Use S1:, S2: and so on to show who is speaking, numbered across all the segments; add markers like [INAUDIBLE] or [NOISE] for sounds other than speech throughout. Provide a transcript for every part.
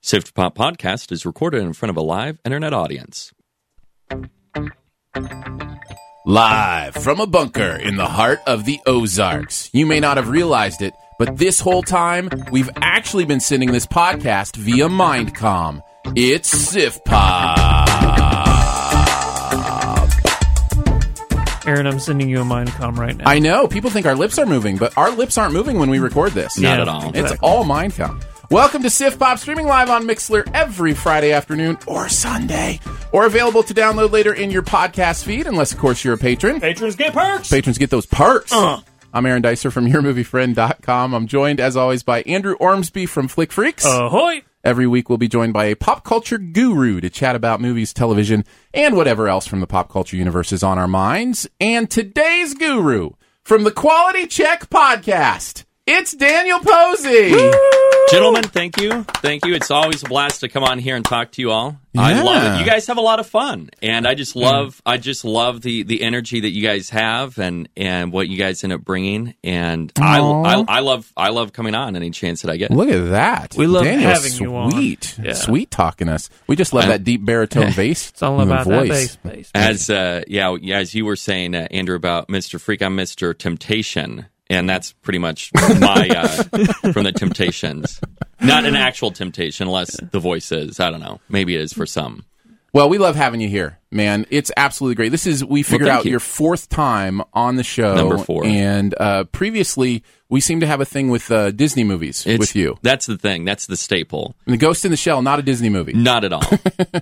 S1: Safety Pop Podcast is recorded in front of a live internet audience.
S2: Live from a bunker in the heart of the Ozarks. You may not have realized it, but this whole time, we've actually been sending this podcast via Mindcom. It's SIFPOP.
S3: Aaron, I'm sending you a mind com right now.
S2: I know, people think our lips are moving, but our lips aren't moving when we record this.
S1: Not Yeah, at all.
S2: It's all Mindcom. Welcome to Sif Pop, streaming live on Mixler every Friday afternoon or Sunday, or available to download later in your podcast feed, unless, of course, you're a patron.
S3: Patrons get perks.
S2: patrons get those perks.
S3: Uh.
S2: I'm Aaron Dicer from [LAUGHS] YourMovieFriend.com. I'm joined, as always, by Andrew Ormsby from Flick Freaks.
S3: Ahoy!
S2: Every week, we'll be joined by a pop culture guru to chat about movies, television, and whatever else from the pop culture universe is on our minds. And today's guru from the Quality Check podcast, it's Daniel Posey.
S1: Gentlemen, thank you. Thank you. It's always a blast to come on here and talk to you all. I
S2: Yeah.
S1: love it. You guys have a lot of fun. And I just love I just love the the energy that you guys have and and what you guys end up bringing and I, I I love I love coming on any chance that I get.
S2: Look at that.
S3: We love
S2: Daniel,
S3: having you on.
S2: sweet, sweet talking us. We just love that deep baritone bass.
S3: [LAUGHS] It's all
S2: in the
S3: about that base, base.
S1: As uh, yeah, as you were saying, uh, Andrew, about Mr. Freak, I'm Mr. Temptation, and that's pretty much my
S2: [LAUGHS]
S1: uh, from the Temptations. Not an actual temptation, unless the voice is. I don't know. Maybe it is for some.
S2: Well, we love having you here, man. It's absolutely great. This is we figured
S1: thank
S2: out
S1: you.
S2: your fourth time on the show,
S1: Number four.
S2: And uh, previously, we seem to have a thing with uh, Disney movies
S1: It's-
S2: with you.
S1: That's the thing. That's the staple.
S2: And the Ghost in the Shell, not a Disney movie.
S1: Not at all.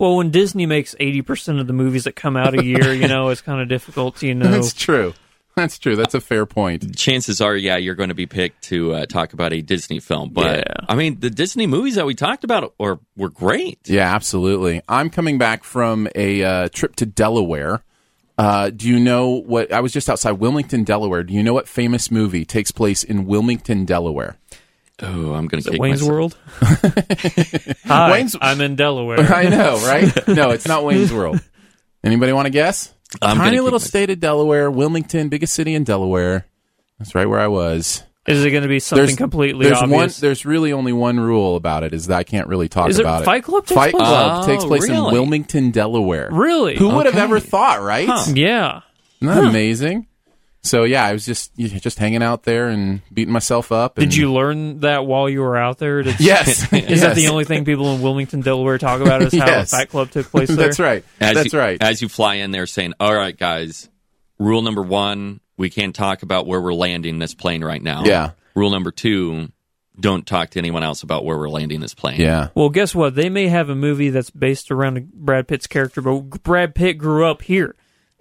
S3: well, when Disney makes 80% of the movies that come out a year, you know, it's kind of difficult to, you
S2: [LAUGHS]
S3: know.
S2: [LAUGHS] That's true. That's true. That's a fair point.
S1: Chances are, yeah, you're going to be picked to uh, talk about a Disney film. But
S3: Yeah.
S1: I mean, the Disney movies that we talked about are were great.
S2: Yeah, absolutely. I'm coming back from a uh, trip to Delaware. Uh, do you know what? I was just outside Wilmington, Delaware. Do you know what famous movie takes place in
S1: [LAUGHS]
S2: Wilmington, Delaware?
S1: Oh, I'm going to kick
S3: Wayne's
S1: myself.
S3: World? Hi,
S2: Wayne's-
S3: I'm in Delaware.
S2: I know, right? No, it's not Wayne's World. Anybody want to guess?
S1: I'm gonna
S2: Tiny
S1: kick
S2: little
S1: myself.
S2: state of Delaware, Wilmington, biggest city in Delaware. That's right where I was.
S3: Is it going to be something completely
S2: there's one.
S3: obvious?
S2: There's really only one rule about it is that I can't really talk
S3: Is it
S2: about it.
S3: Fight Club takes
S2: Fight
S3: place-
S2: Club
S1: Oh,
S2: takes place
S1: really?
S2: in Wilmington, Delaware.
S3: Really?
S2: Who would have
S1: Okay.
S2: ever thought, right?
S1: Huh.
S3: yeah.
S2: Isn't that amazing? So yeah, I was just you know, just hanging out there and beating myself up. and-
S3: Did you learn that while you were out there?
S2: [LAUGHS]
S3: Did,
S2: Yes.
S3: [LAUGHS] Is that the only thing people in Wilmington, Delaware talk about is
S2: [LAUGHS]
S3: how
S2: Yes.
S3: Fight Club took place
S2: [LAUGHS]
S3: there?
S2: That's right.
S1: As
S2: That's
S1: you,
S2: right.
S1: As you fly in there saying, all right, guys, rule number one, we can't talk about where we're landing this plane right now.
S2: Yeah.
S1: Rule number two, don't talk to anyone else about where we're landing this plane.
S2: yeah.
S3: Well, guess what? They may have a movie that's based around Brad Pitt's character, but Brad Pitt grew up here.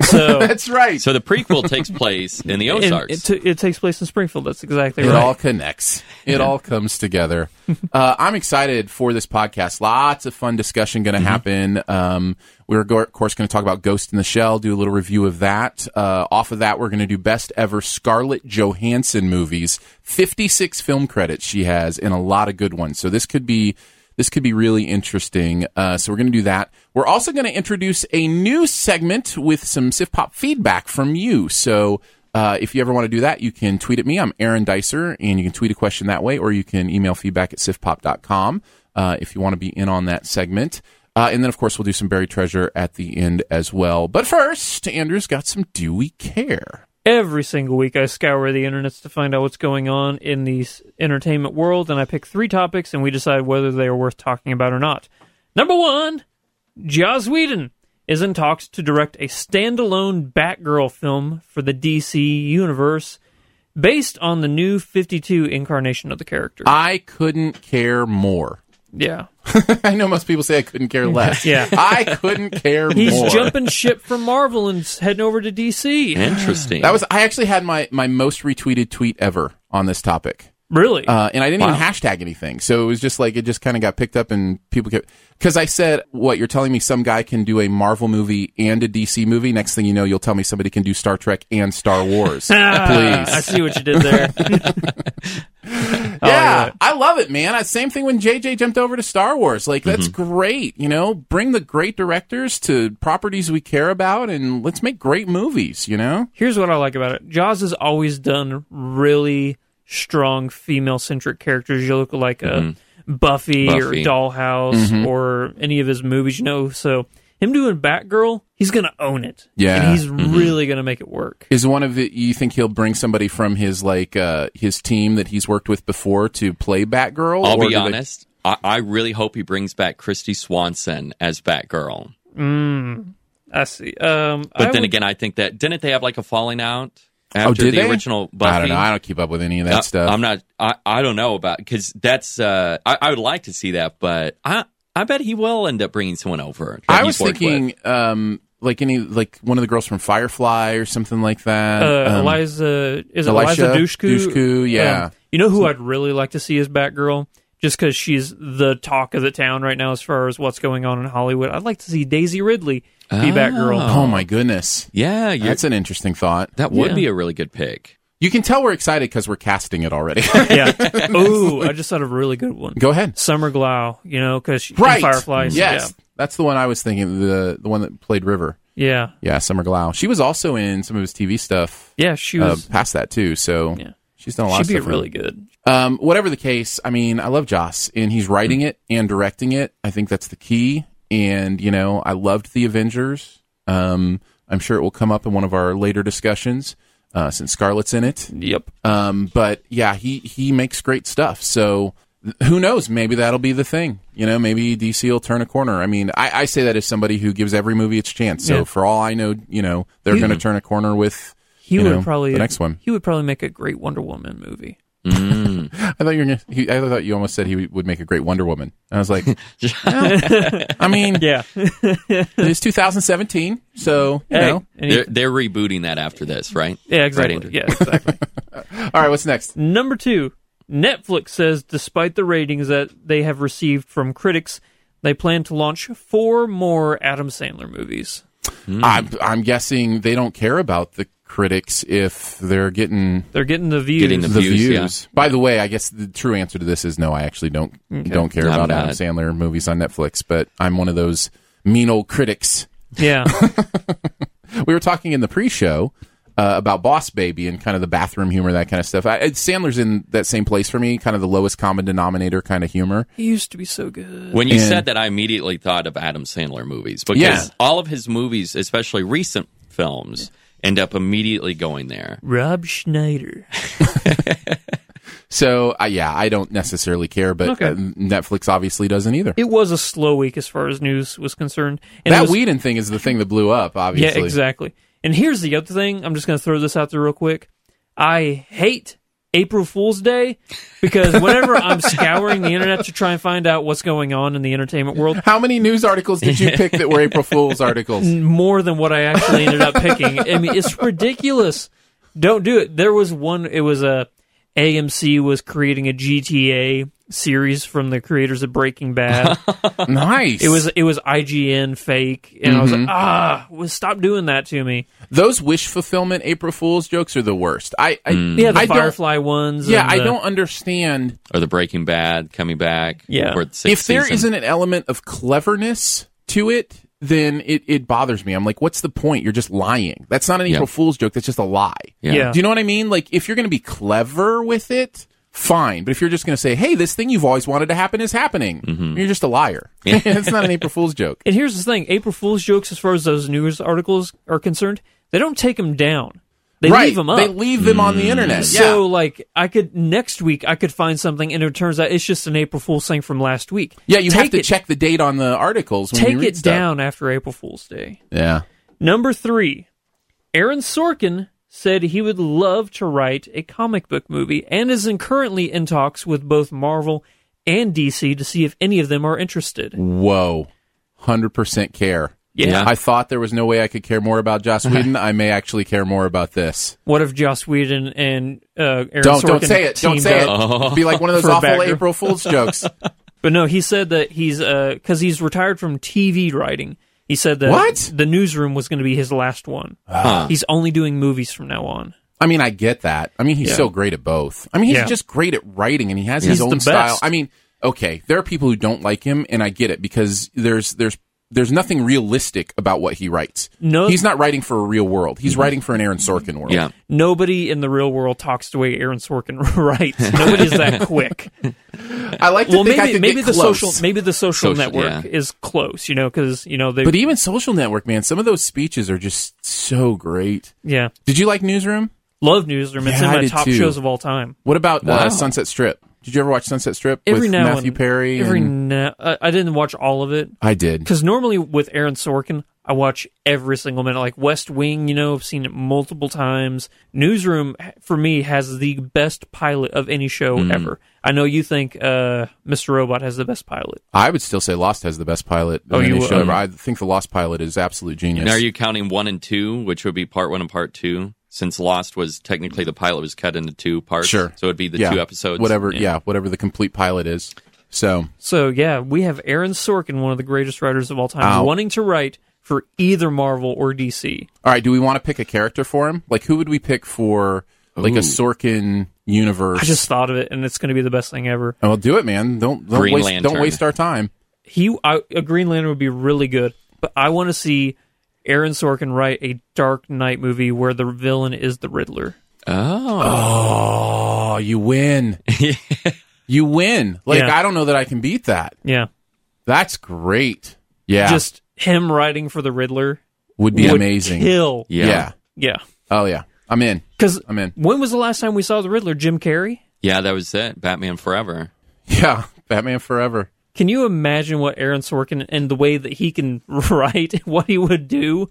S3: So
S2: [LAUGHS]
S3: it,
S2: That's right.
S1: So the prequel takes place in
S3: [LAUGHS]
S1: the Ozarks.
S3: it, t- it takes place in Springfield. That's exactly
S2: It
S3: right.
S2: all connects. It all comes together. [LAUGHS] uh, I'm excited for this podcast. Lots of fun discussion going to happen. Um, we're, go- of course, going to talk about Ghost in the Shell, do a little review of that. Uh, off of that, we're going to do best ever Scarlett Johansson movies. 56 film credits she has and a lot of good ones. So this could be. This could be really interesting. Uh, so we're going to do that. We're also going to introduce a new segment with some Sif Pop feedback from you. So uh, if you ever want to do that, you can tweet at me. I'm Aaron Dicer, and you can tweet a question that way, or you can email feedback at sifpop.com uh, if you want to be in on that segment. Uh, and then, of course, we'll do some buried treasure at the end as well. But first, Andrew's got some Do We Care?
S3: Every single week, I scour the internets to find out what's going on in the s- entertainment world, and I pick three topics, and we decide whether they are worth talking about or not. Number one, Joss Whedon is in talks to direct a standalone Batgirl film for the DC universe based on the new 52 incarnation of the character.
S2: I couldn't care more. [LAUGHS]
S3: yeah.
S2: I know most people say I couldn't care less.
S3: [LAUGHS] Yeah.
S2: I couldn't care
S3: He's
S2: more.
S3: jumping ship from Marvel and s- heading over to DC.
S1: Interesting.
S2: That was I actually had my my most retweeted tweet ever on this topic.
S3: Really?
S2: Uh, and I didn't even hashtag anything. So it was just like, it just kind of got picked up and people kept, cause I said, what, you're telling me some guy can do a Marvel movie and a DC movie? Next thing you know, you'll tell me somebody can do Star Trek and Star Wars.
S3: Ah,
S2: Please.
S3: I see what you did there. [LAUGHS]
S2: yeah, I love it, man. I, same thing when JJ jumped over to Star Wars. Like, that's great. You know, bring the great directors to properties we care about and let's make great movies, you know?
S3: Here's what I like about it. Jaws has always done really strong female centric characters. You look like a
S2: Mm-hmm.
S3: Buffy, or
S1: Buffy.
S3: Dollhouse or any of his movies, you know. So him doing Batgirl, he's gonna own it.
S2: Yeah. Mm-hmm.
S3: And he's really gonna make it work.
S2: Is one of the, you think he'll bring somebody from his, like, uh, his team that he's worked with before to play Batgirl?
S1: I'll
S2: Or do
S1: be
S2: they-
S1: honest. I, I really hope he brings back Christy Swanson as Batgirl.
S3: I see. Um
S1: But
S3: I
S1: then
S3: would-
S1: again, I think that didn't they have like a falling out after
S2: Oh, did
S1: the
S2: they?
S1: original Buffy?
S2: I don't know. I don't keep up with any of that
S1: Uh,
S2: stuff.
S1: I'm not. I, I don't know about because that's. Uh, I, I would like to see that, but I I bet he will end up bringing someone over. that
S2: I
S1: he's
S2: was
S1: worked
S2: thinking,
S1: with.
S2: um, like any, like one of the girls from Firefly or something like that.
S3: uh,
S2: Um,
S3: Eliza is it
S2: Elisha
S3: Eliza Dushku.
S2: Dushku, yeah.
S3: Um, you know who I'd really like to see as Batgirl, just because she's the talk of the town right now as far as what's going on in Hollywood. I'd like to see Daisy Ridley be Batgirl.
S2: oh my goodness,
S1: yeah, you,
S2: that's an interesting thought.
S1: that would
S3: Yeah.
S1: be a really good pick.
S2: You can tell we're excited because we're casting it already.
S3: [LAUGHS]
S2: [LAUGHS]
S3: Yeah. Ooh, I just thought of a really good one.
S2: Go ahead.
S3: Summer Glau, you know, because
S2: Right.
S3: Fireflies.
S2: Yes, that's the one I was thinking. The the one that played River.
S3: Yeah. Yeah.
S2: Yeah, Summer Glau. She was also in some of his TV stuff.
S3: Yeah, she
S2: uh,
S3: was.
S2: past that too. So
S3: Yeah.
S2: she's done a lot.
S3: she'd be
S2: of stuff in-
S3: really good.
S2: Um, whatever the case, I mean, I love Joss, and he's writing
S3: Hmm.
S2: it and directing it. I think that's the key. And you know, I loved the Avengers. Um, I'm sure it will come up in one of our later discussions uh, since Scarlett's in it.
S3: Yep.
S2: Um, but yeah, he he makes great stuff. So th- who knows? Maybe that'll be the thing. You know, maybe DC will turn a corner. I mean, I, I say that as somebody who gives every movie its chance. So
S3: Yeah.
S2: for all I know, you know, they're going to turn a corner with.
S3: He
S2: you
S3: would
S2: know,
S3: probably
S2: the next one.
S3: He would probably make a great Wonder Woman movie.
S2: I thought you were. Gonna, he, I thought you almost said he would make a great Wonder Woman. And I was like, [LAUGHS] no. I mean,
S3: Yeah.
S2: it's 2017, so you know.
S1: They're they're rebooting that after this, right?
S3: [LAUGHS] yeah, exactly.
S1: Andrew?
S3: yeah, exactly.
S2: All right, what's next?
S3: Number two, Netflix says despite the ratings that they have received from critics, they plan to launch four more Adam Sandler movies.
S2: I'm, I'm guessing they don't care about the critics if they're getting
S3: They're getting the views.
S1: Getting
S2: the,
S1: The
S2: views.
S1: views,
S2: By the way, I guess the true answer to this is no. I actually don't don't care
S1: I'm
S2: about Adam
S1: not.
S2: Sandler movies on Netflix, but I'm one of those mean old critics.
S3: [LAUGHS] yeah.
S2: We were talking in the pre-show uh, about Boss Baby and kind of the bathroom humor, that kind of stuff. I, Sandler's in that same place for me, kind of the lowest common denominator kind of humor.
S3: [LAUGHS] he used to be so good.
S1: When you
S2: And-
S1: said that, I immediately thought of Adam Sandler movies because
S2: Yeah.
S1: all of his movies, especially recent films, end up immediately going there.
S3: Rob Schneider.
S2: So uh, yeah, I don't necessarily care, but
S3: Okay.
S2: uh, Netflix obviously doesn't either.
S3: It was a slow week as far as news was concerned. And it
S2: that
S3: was-
S2: Whedon thing is the thing that blew up.
S3: Yeah,
S2: Obviously,
S3: exactly. And here's the other thing. I'm just going to throw this out there real quick. I hate April Fool's Day because whenever I'm scouring the internet to try and find out what's going on in the entertainment world,
S2: How many news articles did
S3: [LAUGHS]
S2: you pick that were April Fool's articles?
S3: more than what I actually ended up picking. I mean, it's ridiculous. Don't do it. There was one. It was a AMC was creating a GTA series from the creators of
S2: [LAUGHS]
S3: Breaking Bad.
S2: nice.
S3: it was it was IGN fake, and I was
S2: Mm-hmm.
S3: like, ah, well, stop doing that to me.
S2: those wish fulfillment April Fool's jokes are the worst. I, I
S3: Mm. Yeah, the
S2: I don't-
S3: Firefly ones.
S2: Yeah,
S3: and
S2: I
S3: the-
S2: don't understand
S1: Or the Breaking Bad coming back.
S3: Yeah.
S1: Or the sixth
S2: if there
S1: season.
S2: not an element of cleverness to it. Then it, it bothers me. I'm like, what's the point? You're just lying. That's not an April Fool's joke. That's just a lie.
S1: Yeah.
S3: Yeah.
S2: Do you know what I mean? Like, if you're going to be clever with it, fine. But if you're just going to say, hey, this thing you've always wanted to happen is happening,
S3: Mm-hmm.
S2: you're just a
S3: [LAUGHS]
S2: liar. [LAUGHS] it's not an April Fool's joke.
S3: And here's the thing: April Fool's jokes, as far as those news articles are concerned, they don't take them down. [LAUGHS] They
S2: right.
S3: leave them up. Mm.
S2: They leave them on the internet.
S3: So like I could next week I could find something and it turns out it's just an April Fool's thing from last week.
S2: yeah. Yeah, you
S3: take
S2: have to
S3: it,
S2: check the date on the articles when you
S3: Take
S2: read
S3: it
S2: stuff.
S3: down after April Fool's Day.
S2: Yeah.
S3: Number three, Aaron Sorkin said he would love to write a comic book movie and is in- currently in talks with both Marvel and DC to see if any of them are interested.
S2: Whoa. 100% care.
S3: Yeah.
S1: Yeah.
S2: I thought there was no way I could care more about
S3: [LAUGHS]
S2: Joss Whedon. I may actually care more about this.
S3: What if Joss Whedon and uh, Aaron
S2: Don't
S3: Sorkin
S2: don't say it. Don't
S3: teamed
S2: say it.
S3: up?
S2: Be like one of those
S3: [LAUGHS] For
S2: awful
S3: Bagger.
S2: April Fool's
S3: [LAUGHS]
S2: jokes.
S3: But no, he said that he's because he's retired from TV writing. He said that
S2: What? Ah.
S3: the newsroom was going to be his last one.
S1: Huh.
S3: He's only doing movies from now on.
S2: I mean, I get that. I mean, he's so great at both. I mean, he's
S3: Yeah.
S2: just great at writing, and he has his
S3: He's the
S2: own style.
S3: best.
S2: I mean, okay, there are people who don't like him, and I get it because there's there's there's nothing realistic about what he writes.
S3: No-
S2: he's not writing for a real world.
S3: Mm-hmm.
S2: He's writing for an Aaron Sorkin world.
S1: Yeah.
S3: Nobody in the real world talks the way Aaron Sorkin [LAUGHS] writes. Nobody's
S2: [LAUGHS]
S3: that quick.
S2: I like to
S3: well,
S2: think I
S3: maybe
S2: could
S3: maybe
S2: get
S3: the
S2: close.
S3: social maybe the
S1: Social,
S3: social, network
S1: yeah.
S3: is close. You know, because you know they.
S2: But e even social network, man, some of those speeches are just so great.
S3: yeah,
S2: Did you like Newsroom?
S3: love Newsroom. It's
S2: Yeah,
S3: in
S2: I
S3: my
S2: did
S3: top
S2: too.
S3: shows of all time.
S2: What about
S1: Wow.
S2: uh, Sunset Strip? Did you ever watch Sunset Strip
S3: Every
S2: with
S3: now
S2: Matthew
S3: and,
S2: Perry?
S3: Every
S2: and-
S3: now, I, I didn't watch all of it.
S2: I did.
S3: because normally with Aaron Sorkin, I watch every single minute. Like West Wing, you know, I've seen it multiple times. Newsroom h- for me has the best pilot of any show ever. I know you think uh, Mr. Robot has the best pilot.
S2: I would still say Lost has the best pilot. of
S3: Oh,
S2: any
S3: you
S2: show
S3: would?
S2: ever. I think the Lost pilot is absolute genius.
S1: Now, are you counting one and two, which would be part one and part two? Since Lost was technically the pilot was cut into two parts,
S2: Sure.
S1: So it'd be the
S2: Yeah.
S1: two episodes,
S2: Whatever, yeah. whatever the complete pilot is. So
S3: So yeah, we have Aaron Sorkin, one of the greatest writers of all time,
S2: Ow.
S3: wanting to write for either Marvel or DC.
S2: all right, do we want to pick a character for him? Like who would we pick for like a Sorkin universe?
S3: I just thought of it, and it's going to be the best thing ever.
S2: Oh, well, do it, man. Don't don't
S1: Green
S2: waste don't
S1: Lantern.
S2: waste our time.
S3: He, I, a Green Lantern would be really good, but I want to see Aaron Sorkin write a Dark Knight movie where the villain is the Riddler.
S1: Oh,
S2: Oh, you
S1: [LAUGHS]
S2: win. you win. Like
S3: Yeah.
S2: I don't know that I can beat that.
S3: Yeah.
S2: That's great. Yeah.
S3: just him writing for the Riddler
S2: would be
S3: would
S2: amazing.
S3: kill.
S1: yeah,
S2: yeah.
S1: yeah,
S3: Yeah,
S2: Oh yeah. I'm in.
S3: because
S2: I'm in. [LAUGHS]
S3: when was the last time we saw the Riddler? Jim Carrey.
S1: That was it. Batman Forever.
S2: Yeah. Batman Forever.
S3: Can you imagine what Aaron Sorkin and the way that he can [LAUGHS] write what he would do?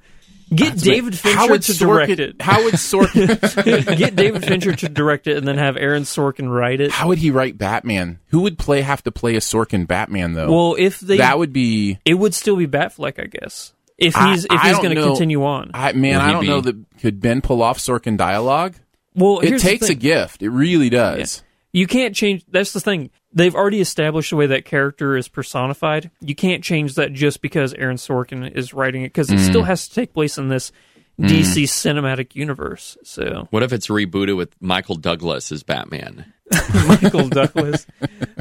S3: Get David Fincher to direct
S2: Sorkin, [LAUGHS]
S3: it.
S2: How would
S3: [LAUGHS]
S2: Sorkin?
S3: Get David Fincher to direct it, and then have Aaron Sorkin write it.
S2: how would he write Batman? Who would play have to play a Sorkin Batman though?
S3: Well, if they,
S2: that would be.
S3: it would still be Batfleck, I guess. If
S2: I-
S3: he's if
S2: I
S3: he's
S2: don't
S3: going to
S2: know.
S3: continue on.
S2: I man,
S1: Would
S2: I
S1: he
S2: don't
S1: be-
S2: know that could Ben pull off Sorkin dialogue.
S3: well,
S2: It
S3: here's the
S2: takes a
S3: thing.
S2: gift. It really does.
S3: You can't change. That's the thing. They've already established the way that character is personified. You can't change that just because Aaron Sorkin is writing it, because it
S1: Mm.
S3: still has to take place in this DC cinematic universe. So [LAUGHS]
S1: What if it's rebooted with Michael Douglas as Batman?
S3: Michael Douglas,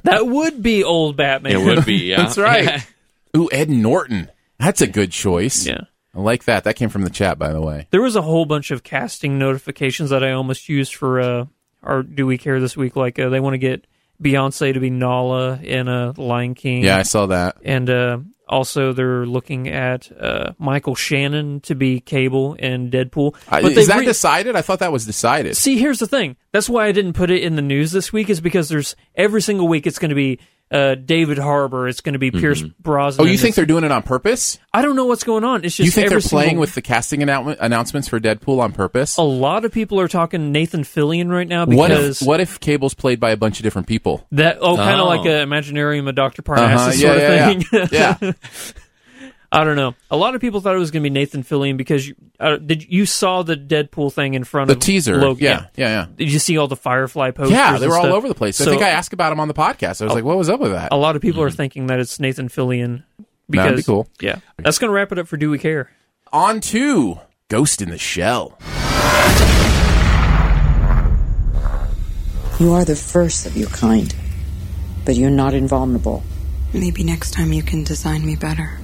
S3: that would be old Batman.
S1: It would
S2: [LAUGHS]
S1: be. [LAUGHS] Yeah,
S2: That's right. Ooh, Ed Norton. That's a good choice.
S3: [LAUGHS] Yeah.
S2: I like that. That came from the chat, by the way.
S3: There was a whole bunch of casting notifications that I almost used for uh, our Do We Care this week. Like uh, they want to get Beyonce to be Nala in uh, Lion King.
S2: Yeah, I saw that.
S3: and uh, also they're looking at uh, Michael Shannon to be Cable and Deadpool.
S2: I- Uh,
S3: But
S2: is
S3: they've
S2: that
S3: re-
S2: decided? I thought that was decided.
S3: see? Here's the thing. That's why I didn't put it in the news this week. Is because there's every single week it's going to be uh, David Harbour. It's going to be Pierce
S2: Oh,
S3: Brosnan.
S2: you think
S3: It's-
S2: they're doing it on purpose?
S3: I don't know what's going on. It's just
S2: You think
S3: every
S2: they're playing
S3: single-
S2: with the casting annou- announcements for Deadpool on purpose?
S3: A lot of people are talking Nathan Fillion right now because
S2: What if what if Cable's played by a bunch of different people? Uh-huh,
S3: that oh, kind of
S1: Oh.
S3: like an Imaginarium, a Doctor Parnassus
S2: yeah,
S3: sort
S2: yeah,
S3: of thing. [LAUGHS]
S2: yeah. yeah.
S3: I don't know. A lot of people thought it was going to be Nathan Fillion because you, uh, did you saw the Deadpool thing in front
S2: The
S3: of
S2: teaser.
S3: Logan.
S2: yeah, yeah, yeah.
S3: Did you see all the Firefly posters?
S2: Yeah, they
S3: and
S2: were all
S3: stuff?
S2: over the place. I
S3: So Oh.
S2: think I asked about him on the podcast. I was like, what was up with that?
S3: a lot of people are thinking that it's Nathan Fillion. Because,
S2: That'd be cool.
S3: Yeah, that's going to wrap it up for Do We Care?
S2: On to Ghost in the Shell.
S4: You are the first of your kind, but you're not invulnerable.
S5: Maybe next time you can design me better.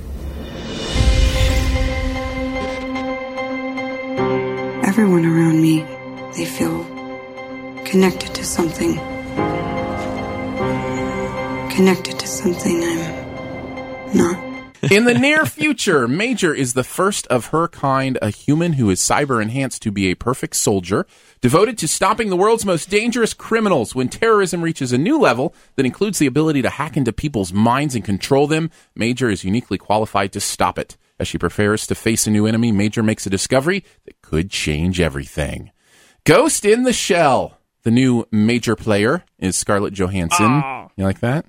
S5: Everyone around me, they feel connected to something. Connected to something I'm not.
S2: In the near future, Major is the first of her kind, a human who is cyber enhanced to be a perfect soldier, devoted to stopping the world's most dangerous criminals. When terrorism reaches a new level that includes the ability to hack into people's minds and control them, Major is uniquely qualified to stop it. As she prepares to face a new enemy, Major makes a discovery that could change everything. Ghost in the Shell. The new major player is Scarlett Johansson. You like that?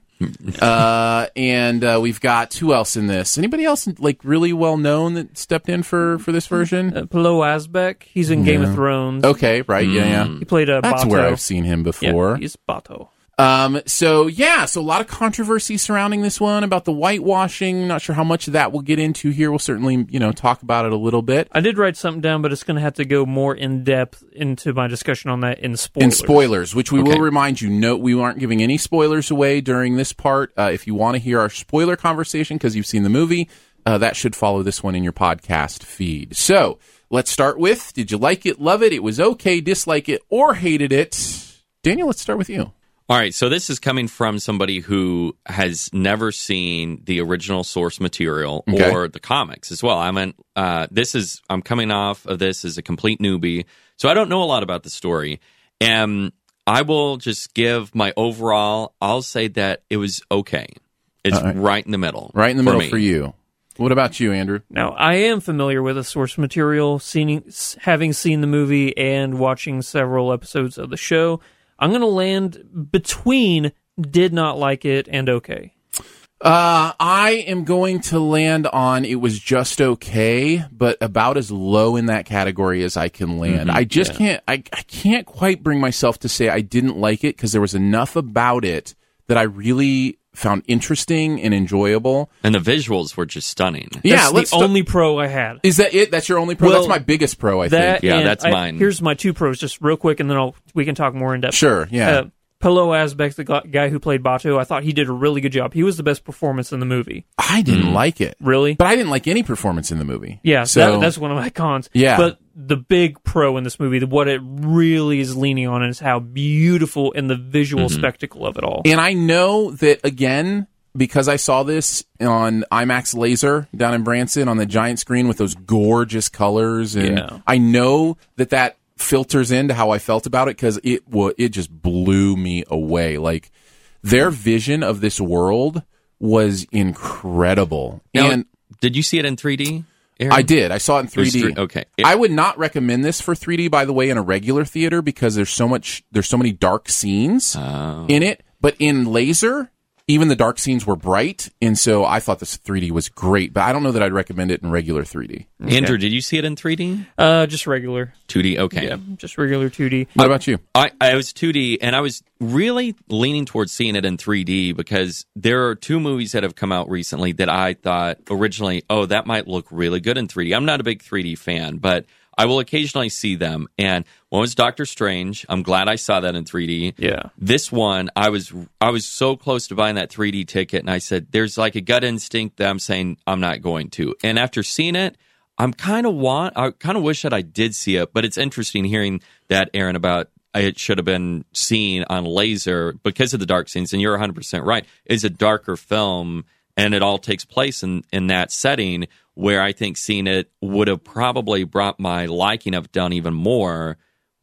S2: uh, and uh, we've got who else in this? Anybody else like really well known that stepped in for for this version?
S3: Uh, Plo Asbeck, he's in Game of Thrones.
S2: Okay, right, yeah, yeah.
S3: He played a
S2: That's
S3: Uh, Bato.
S2: where I've seen him
S3: Mm. yeah,
S2: before.
S3: he's Bato.
S2: Um, so yeah, so a lot of controversy surrounding this one about the whitewashing. Not sure how much of that we'll get into here. We'll certainly you know talk about it a little bit.
S3: I did write something down, but it's going to have to go more in depth into my discussion on that in spoilers.
S2: In spoilers, which we
S1: Okay.
S2: will remind you, no, we aren't giving any spoilers away during this part. Uh, if you want to hear our spoiler conversation because you've seen the movie, uh, that should follow this one in your podcast feed. So let's start with: Did you like it, love it, it was okay, dislike it, or hated it? Daniel, let's start with you.
S1: All right, so this is coming from somebody who has never seen the original source material
S2: Okay.
S1: or the comics as well. I'm an, uh, this is I'm coming off of this as a complete newbie, so I don't know a lot about the story. And I will just give my overall. I'll say that it was okay. It's
S2: All right.
S1: right. in the middle,
S2: Right in the middle
S1: me.
S2: for you. What about you, Andrew?
S3: Now, I am familiar with the source material, seeing, s- having seen the movie and watching several episodes of the show. I'm going to land between did not like it and okay.
S2: Uh, I am going to land on it was just okay, but about as low in that category as I can land.
S3: Mm-hmm.
S2: I just can't, I, I can't quite bring myself to say I didn't like it because there was enough about it that I really found interesting and enjoyable.
S1: and the visuals were just stunning.
S2: yeah,
S3: That's
S2: let's
S3: the
S2: st-
S3: only pro I had.
S2: is that it? That's your only pro.
S3: Well,
S2: that's my biggest pro. I
S3: that
S2: think.
S1: Yeah,
S3: and
S1: that's
S3: I-
S1: mine.
S3: Here's my two pros, just real quick, and then I'll, we can talk more in depth.
S2: Sure. Yeah.
S3: Uh, Pelo Asbeck, the gu- guy who played Bato, I thought he did a really good job. He was the best performance in the movie.
S2: I didn't like it,
S3: mm, Really?
S2: but I didn't like any performance in the movie.
S3: Yeah,
S2: So
S3: that, that's one of my cons.
S2: Yeah.
S3: But the big pro in this movie, the, what it really is leaning on, is how beautiful and the visual
S2: Mm-hmm.
S3: spectacle of it all.
S2: And I know that again because I saw this on IMAX Laser down in Branson on the giant screen with those gorgeous colors, and
S3: Yeah.
S2: I know that that filters into how I felt about it because it wa it just blew me away. Like their vision of this world was incredible,
S1: Now,
S2: and
S1: did you see it in 3D? Aaron?
S2: I did. I saw it in 3D.
S1: was three- okay.
S2: I would not recommend this for 3D by the way in a regular theater because there's so much there's so many dark scenes in it, but in laser even the dark scenes were bright, and so I thought this 3D was great, but I don't know that I'd recommend it in regular 3D.
S1: Andrew, did you see it in 3D?
S3: Uh, just regular.
S1: 2D. Okay.
S3: Yeah, just regular 2D.
S2: What about you?
S1: I, I was 2D and I was really leaning towards seeing it in 3D because there are two movies that have come out recently that I thought originally, oh, that might look really good in 3D. I'm not a big 3D fan, but I will occasionally see them. And one was Doctor Strange. I'm glad I saw that in 3D.
S3: Yeah.
S1: This one, I was I was so close to buying that 3D ticket and I said there's like a gut instinct that I'm saying I'm not going to. And after seeing it, I'm kind of want I kind of wish that I did see it, but it's interesting hearing that Aaron about it should have been seen on laser because of the dark scenes and you're 100% right. It's a darker film and it all takes place in in that setting where I think seeing it would have probably brought my liking of it down even more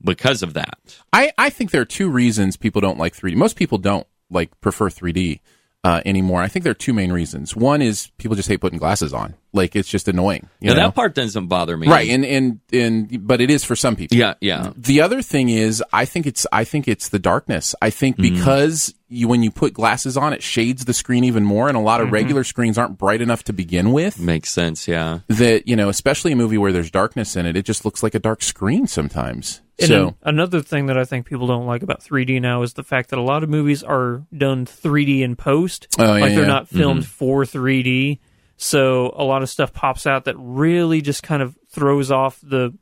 S1: because of that.
S2: I, I think there are two reasons people don't like 3D. Most people don't like prefer 3D uh, anymore. I think there are two main reasons. One is people just hate putting glasses on. Like it's just annoying. You
S1: Now,
S2: know?
S1: that part doesn't bother me.
S2: right. And, and and but it is for some people.
S1: Yeah, yeah.
S2: The other thing is, I think it's I think it's the darkness. I think because you when you put glasses on, it shades the screen even more, and a lot of regular screens aren't bright enough to begin with.
S1: Makes sense, yeah.
S2: That you know, especially a movie where there's darkness in it, it just looks like a dark screen sometimes.
S3: And
S2: so
S3: an- another thing that I think people don't like about 3D now is the fact that a lot of movies are done 3D in post.
S2: Oh, yeah,
S3: like they're
S2: yeah.
S3: not filmed for 3D. So a lot of stuff pops out that really just kind of throws off the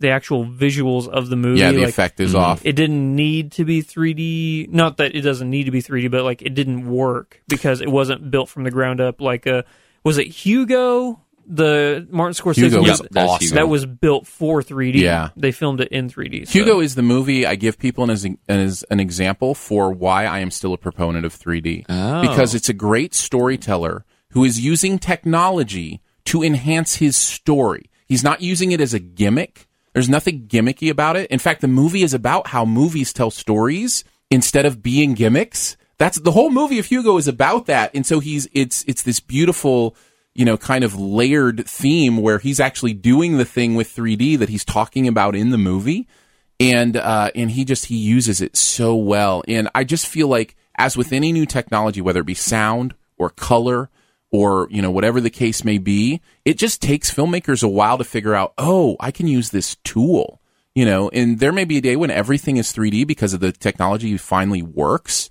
S3: the actual visuals of the movie.
S2: yeah, the
S3: Like, mm-hmm.
S2: effect is off.
S3: It didn't need to be 3D. Not that it doesn't need to be 3D, but like it didn't work because it wasn't built from the ground up. Like uh was it Hugo? The Martin Scorsese
S2: Hugo
S3: movie?
S2: was
S1: Yeah, that's
S2: awesome.
S1: Hugo.
S3: that was built for 3D.
S2: Yeah.
S3: they filmed it in 3D. so-
S2: Hugo is the movie I give people as, an- as an example for why I am still a proponent of 3D.
S1: Oh.
S2: Because it's a great storyteller who is using technology to enhance his story. He's not using it as a gimmick. There's nothing gimmicky about it. In fact, the movie is about how movies tell stories instead of being gimmicks. That's the whole movie of Hugo is about that. And so he's it's it's this beautiful you know, kind of layered theme where he's actually doing the thing with 3D that he's talking about in the movie, and uh, and he just he uses it so well. And I just feel like, as with any new technology, whether it be sound or color or you know whatever the case may be, it just takes filmmakers a while to figure out. Oh, I can use this tool. You know, and there may be a day when everything is 3D because of the technology finally works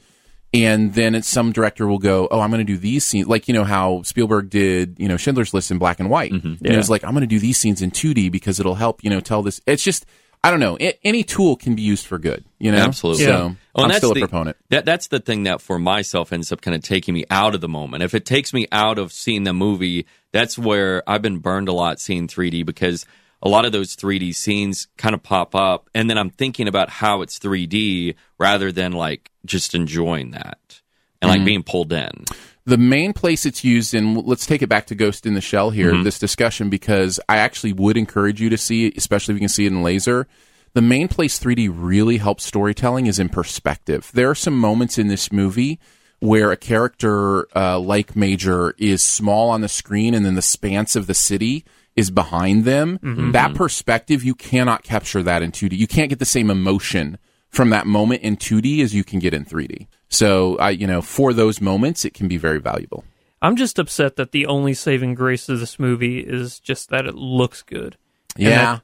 S2: and then it's some director will go, "Oh, I'm going to do these scenes." Like you know how Spielberg did, you know, Schindler's List in black and white. You know,
S1: Mm-hmm.
S3: yeah.
S2: it's like I'm going to do these scenes in 2D because it'll help, you know, tell this. It's just I don't know. A- any tool can be used for good, you know.
S1: Absolutely.
S2: So
S3: Yeah.
S1: Oh, and
S2: I'm
S1: that's
S2: still a
S1: the-
S2: proponent.
S1: That that's the thing that for myself ends up kind of taking me out of the moment. If it takes me out of seeing the movie, that's where I've been burned a lot seeing 3D because a lot of those 3D scenes kind of pop up, and then I'm thinking about how it's 3D rather than like just enjoying that and
S2: Mm-hmm.
S1: like being pulled in.
S2: the main place it's used in let's take it back to ghost in the shell here this discussion because i actually would encourage you to see it especially if you can see it in laser the main place 3d really helps storytelling is in perspective there are some moments in this movie where a character uh, like major is small on the screen and then the spans of the city is behind them that perspective you cannot capture that in 2d you can't get the same emotion from that moment in 2D as you can get in 3D. So I, you know, for those moments, it can be very valuable.
S3: I'm just upset that the only saving grace of this movie is just that it looks good.
S2: Yeah,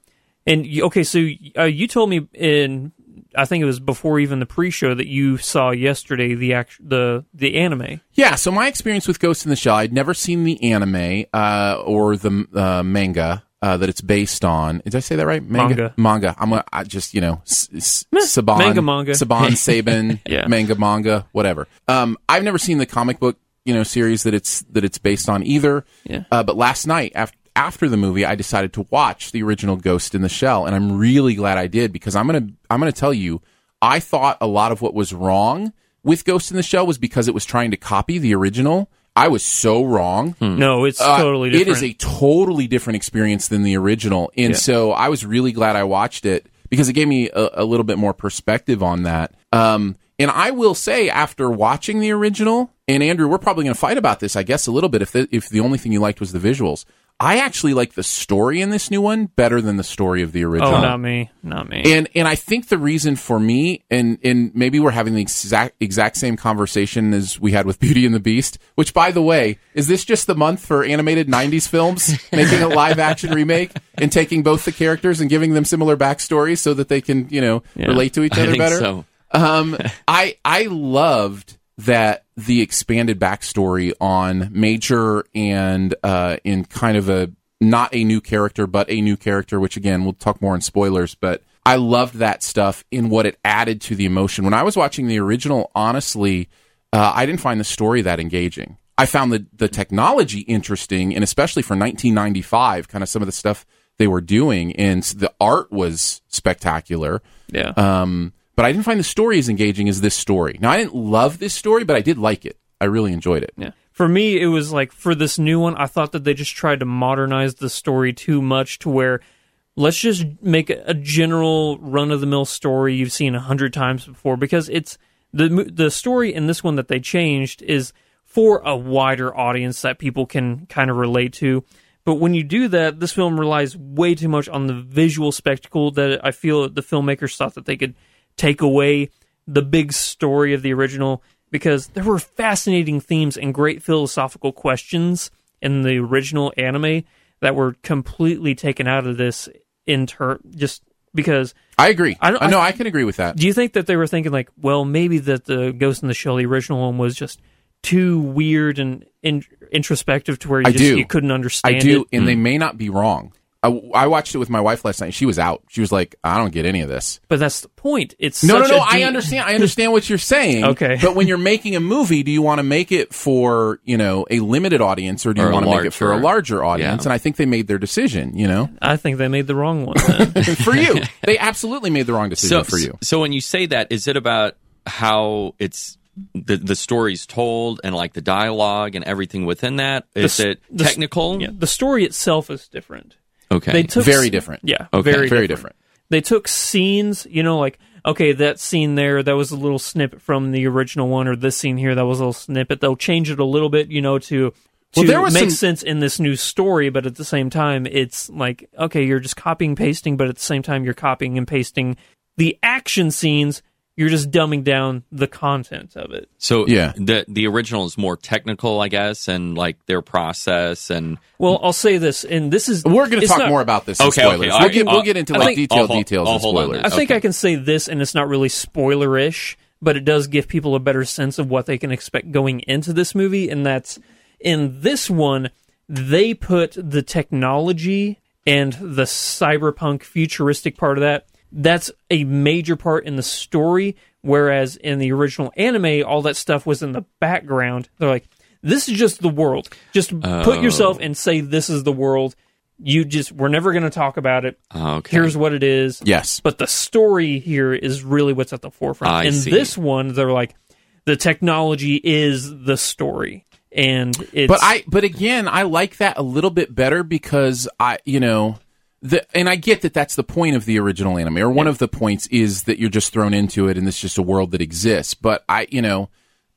S3: And you- okay, so uh, you told me in I think it was before even the pre-show that you saw yesterday the act- the the anime.
S2: yeah. So my experience with Ghost in the Shell, I'd never seen the anime uh, or the uh, manga. Uh, that it's based on. Did I say that right?
S3: Manga.
S2: Manga. I'm gonna I just you know s- s-
S3: Meh.
S2: Saban.
S3: Manga, manga.
S2: Saban Saban.
S3: [LAUGHS] Yeah.
S2: Manga manga. Whatever. Um, I've never seen the comic book you know series that it's that it's based on either.
S3: Yeah.
S2: Uh, but last night, after after the movie, I decided to watch the original Ghost in the Shell, and I'm really glad I did because I'm gonna I'm gonna tell you, I thought a lot of what was wrong with Ghost in the Shell was because it was trying to copy the original. I was so
S3: Hmm.
S2: wrong.
S3: No, it's
S2: Uh,
S3: totally different.
S2: It is a totally different experience than the original, and so I was really glad I watched it because it gave me a, a little bit more perspective on that. Um, and I will say, after watching the original, and Andrew, we're probably going to fight about this, I guess, a little bit. If the, if the only thing you liked was the visuals, I actually like the story in this new one better than the story of the
S3: oh,
S2: original.
S3: not me, not me.
S2: And and I think the reason for me, and and maybe we're having the exact exact same conversation as we had with [LAUGHS] Beauty and the Beast. Which, by the way, is this just the month for animated '90s films making a live action remake and taking both the characters and giving them similar backstories so that they can you know relate to each
S1: I
S2: other
S1: think
S2: better?
S1: so. [LAUGHS]
S2: Um, I I loved that the expanded backstory on Major and uh, in kind of a not a new character, but a new character, which again we'll talk more in spoilers. But I loved that stuff in what it added to the emotion. When I was watching the original, honestly, uh, I didn't find the story that engaging. I found the the technology interesting, and especially for 1995, kind of some of the stuff they were doing, and the art was spectacular.
S3: yeah.
S2: Um, but I didn't find the story as engaging as this story. Now I didn't love this story, but I did like it. I really enjoyed it.
S3: Yeah. For me, it was like for this new one, I thought that they just tried to modernize the story too much to where let's just make a a general run of the mill story you've seen a hundred times before because it's the mo- the story in this one that they changed is for a wider audience that people can kind of relate to. But when you do that, this film relies way too much on the visual spectacle that I feel the filmmakers thought that they could take away the big story of the original because there were fascinating themes and great philosophical questions in the original anime that were completely taken out of this in turn just because
S2: I agree.
S3: I
S2: I
S3: don't-
S2: know I, can agree with that.
S3: do you think that they were thinking like well maybe that the ghost in the shell the original one was just too weird and in- introspective to where you
S2: I
S3: just
S2: do.
S3: you couldn't understand
S2: I do,
S3: it Mm.
S2: and they may not be wrong. I, I watched it with my wife last night. and She was out. She was like, "I don't get any of this."
S3: but that's the point it's
S2: No,
S3: such
S2: no, no.
S3: a
S2: I
S3: deep-
S2: understand. I understand what you're saying.
S3: [LAUGHS] Okay.
S2: But when you're making a movie, do you want to make it for you know a limited audience, or do you
S1: Or a
S2: want to make it for a
S1: larger-
S2: larger audience?
S1: yeah.
S2: And I think they made their decision. You
S3: [LAUGHS]
S2: know,
S3: I think they made the wrong one
S1: [LAUGHS]
S3: then.
S2: for you, they absolutely made the wrong decision for you.
S1: So when you say that, is it about how it's the the stories told and like the dialogue and everything within that is
S3: s-
S1: it
S3: the s-
S1: technical?
S3: Yeah, the story itself is different.
S1: Okay.
S3: They took
S2: Very
S3: s-
S2: different.
S3: Yeah,
S1: Okay.
S3: very,
S2: Very
S3: different. They took scenes, you know, like okay, that scene there, that was a little snippet from the original one, or this scene here, that was a little snippet. They'll change it a little bit, you know, to. To
S2: Well, there was
S3: make
S2: some-
S3: sense in this new story, but at the same time, it's like okay, you're just copying pasting, but at the same time, you're copying and pasting the action scenes. You're just dumbing down the content of it.
S1: so
S2: Yeah.
S1: the the original is more technical, I guess, and like their process and
S3: Well, I'll say this, and this is
S2: We're going to
S3: it's
S2: talk
S3: not-
S2: more about this. in
S1: Okay, okay,
S2: spoilers.
S1: all
S2: we'll,
S1: right.
S2: get, we'll
S1: I'll-
S2: get into
S1: I
S2: like
S1: think-
S2: detailed
S1: I'll hold-
S2: details
S1: I'll
S2: and
S1: hold on
S2: spoilers.
S1: then.
S3: I think
S1: Okay.
S3: I can say this, and it's not really spoilerish, but it does give people a better sense of what they can expect going into this movie. And that's in this one, they put the technology and the cyberpunk futuristic part of that. That's a major part in the story. Whereas in the original anime, all that stuff was in the background. They're like, this is just the world. Just put
S1: Oh.
S3: yourself and say this is the world. You just, we're never going to talk about it.
S1: Oh, okay.
S3: Here's what it is
S2: Yes.
S3: but the story here is really what's at the forefront.
S1: I
S3: In
S1: see.
S3: this one, they're like, the technology is the story, and it's
S2: But I but again, I like that a little bit better because I you know the and I get that that's the point of the original anime or one of the points is that you're just thrown into it and it's just a world that exists. But I you know.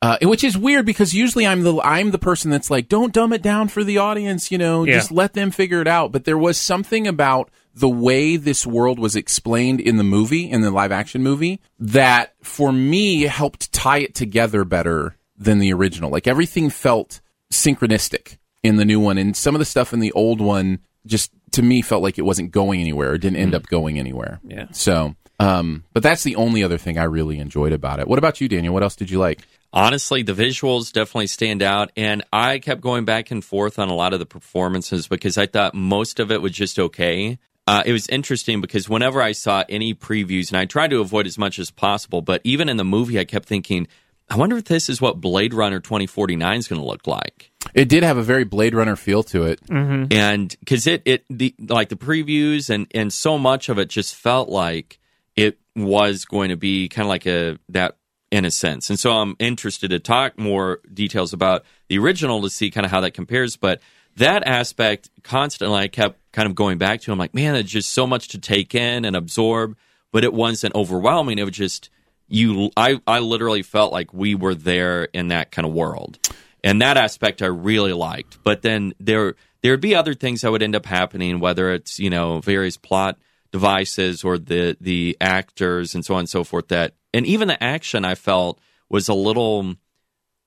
S2: Uh, which is weird because usually I'm the I'm the person that's like, don't dumb it down for the audience, you know,
S3: Yeah.
S2: just let them figure it out. But there was something about the way this world was explained in the movie, in the live action movie, that for me helped tie it together better than the original. Like everything felt synchronistic in the new one, and some of the stuff in the old one just to me felt like it wasn't going anywhere. It didn't end up going anywhere.
S3: Yeah.
S2: So, um, but that's the only other thing I really enjoyed about it. What about you, Daniel? What else did you like?
S1: honestly, the visuals definitely stand out. And I kept going back and forth on a lot of the performances because I thought most of it was just okay. Uh, it was interesting because whenever I saw any previews, and I tried to avoid as much as possible, but even in the movie, I kept thinking, I wonder if this is what Blade Runner 2049 is going to look like.
S2: It did have a very Blade Runner feel to it.
S1: and because it it the like the previews and and so much of it just felt like it was going to be kind of like a that in a sense and so i'm interested to talk more details about the original to see kind of how that compares but that aspect constantly i kept kind of going back to i'm like man it's just so much to take in and absorb but it wasn't overwhelming it was just you i i literally felt like we were there in that kind of world and that aspect I really liked. But then there there'd be other things that would end up happening, whether it's you know various plot devices or the the actors and so on and so forth. That and even the action I felt was a little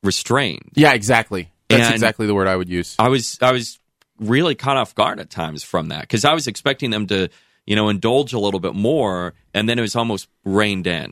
S1: restrained.
S2: Yeah, exactly. That's
S1: And-
S2: exactly the word I would use.
S1: I was I was really caught off guard at times from that because I was expecting them to you know indulge a little bit more, and then it was almost reined in.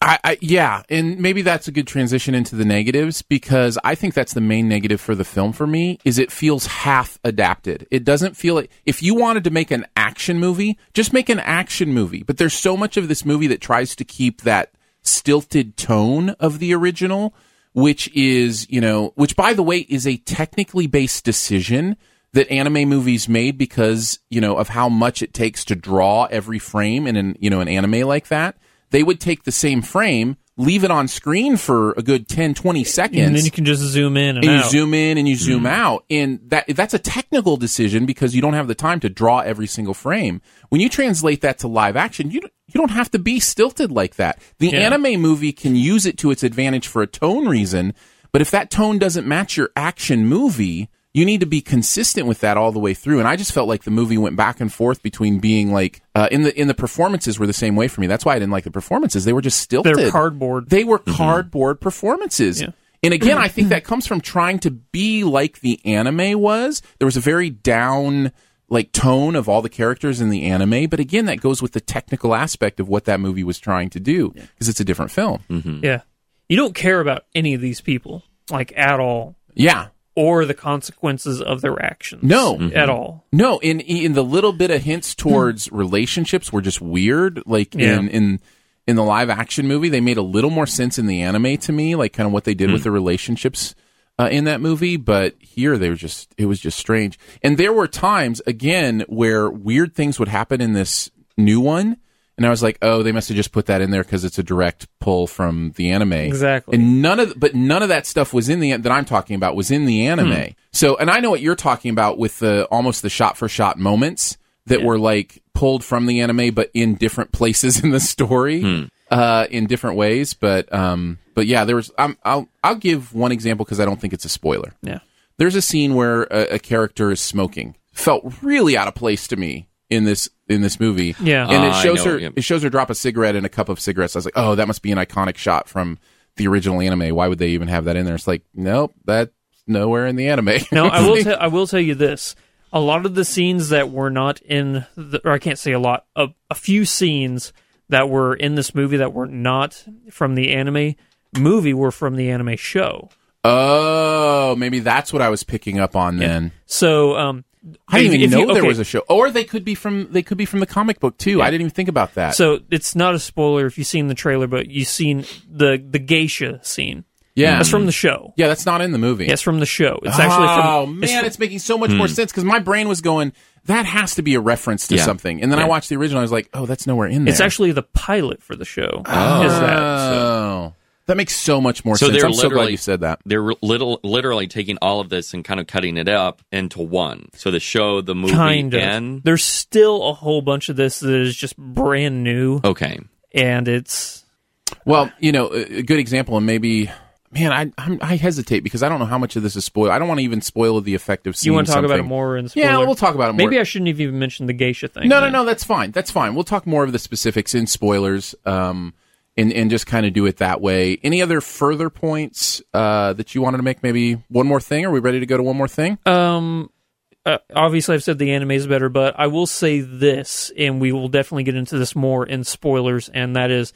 S2: I, I yeah, and maybe that's a good transition into the negatives because I think that's the main negative for the film for me is it feels half adapted. It doesn't feel like if you wanted to make an action movie, just make an action movie. But there's so much of this movie that tries to keep that stilted tone of the original, which is, you know, which by the way is a technically based decision that anime movies made because, you know, of how much it takes to draw every frame in an, you know, an anime like that. They would take the same frame, leave it on screen for a good 10, 20 seconds
S3: and then you can just zoom in
S2: and
S3: and,
S2: you
S3: out. Mm.
S2: zoom in and you zoom out and that that's a technical decision because you don't have the time to draw every single frame when you translate that to live action you don't- you don't have to be stilted like that the
S3: Yeah.
S2: anime movie can use it to its advantage for a tone reason but if that tone doesn't match your action movie you need to be consistent with that all the way through and i just felt like the movie went back and forth between being like uh, in the in the performances were the same way for me that's why i didn't like the performances they were just stilted
S3: They're cardboard.
S2: they were cardboard performances. And again, I think that comes from trying to be like the anime was. There was a very down like tone of all the characters in the anime, but again, that goes with the technical aspect of what that movie was trying to do because it's a different film.
S3: yeah, you don't care about any of these people like at all,
S2: Yeah.
S3: or the consequences of their actions.
S2: No. Mm-hmm.
S3: at all.
S2: No, in in the little bit of hints towards relationships were just weird. Like
S3: Hmm. Yeah.
S2: in in in the live action movie, they made a little more sense in the anime to me, like kind of what they did
S3: Hmm.
S2: with the relationships uh, in that movie. But here, they were just it was just strange. And there were times again where weird things would happen in this new one, And I was like, oh, they must have just put that in there because it's a direct pull from the anime.
S3: Exactly.
S2: And none of, but none of that stuff was in the that I'm talking about was in the anime. So, and I know what you're talking about with the almost the shot for shot moments that were like pulled from the anime, but in different places [LAUGHS] in the story, uh, in different ways. But, um, but yeah, there was. I'm, I'll I'll give one example because I don't think it's a spoiler
S3: Yeah.
S2: there's a scene where a, a character is smoking. Felt really out of place to me in this in this movie.
S3: Yeah.
S2: and it
S1: Ah, I
S2: shows
S1: know,
S2: her
S1: yeah.
S2: it shows her drop a cigarette and a cup of cigarettes. I was like, oh, that must be an iconic shot from the original anime. Why would they even have that in there? It's like, nope, that's nowhere in the
S3: [LAUGHS]
S2: anime.
S3: Now I
S2: [LAUGHS]
S3: will
S2: It's
S3: tell
S2: like-
S3: I will tell you this: a lot of the scenes that were not in, the, or I can't say a lot, a, a few scenes that were in this movie that were not from the anime movie were from the anime show.
S2: oh, maybe that's what I was picking up on then.
S3: So um,
S2: I didn't even
S3: if
S2: know
S3: you-
S2: there
S3: okay,
S2: was a show, or they could be from they could be from the comic book too. I didn't even think about that.
S3: So it's not a spoiler if you've seen the trailer, but you've seen the the geisha scene.
S2: yeah,
S3: That's from the show.
S2: yeah, that's not in the movie.
S3: Yes, from the show. It's actually from. Hmm.
S2: oh man,
S3: it's
S2: it's, making so much more sense because my brain was going, that has to be a reference to
S1: Yeah.
S2: something, and then I watched the original. I was like, oh, that's nowhere in there.
S3: It's actually the pilot for the show.
S2: oh,
S3: Is that so.
S2: that makes so much more
S1: So
S2: sense.
S1: they're
S2: I'm so glad
S1: literally-
S2: you said that.
S1: They're re- little, literally taking all of this and kind of cutting it up into one. So the show, the movie,
S3: kind of?
S1: and
S3: There's still a whole bunch of this that is just brand new,
S1: okay,
S3: and it's
S2: Well, you know, a a good example, and maybe. Man, I I'm, I hesitate because I don't know how much of this is spoiled. I don't want to even spoil the effect of seeing.
S3: you want to talk about it
S2: Mm, something.
S3: more in spoiler.
S2: Yeah, we'll talk about it more.
S3: Maybe I shouldn't have even mentioned the geisha thing.
S2: No, no, no. That's fine. That's fine. We'll talk more of the specifics in spoilers, um, and and just kind of do it that way. Any other further points uh, that you wanted to make? Maybe one more thing. Are we ready to go to one more thing?
S3: Um, uh, obviously, I've said the anime is better, but I will say this, and we will definitely get into this more in spoilers, and that is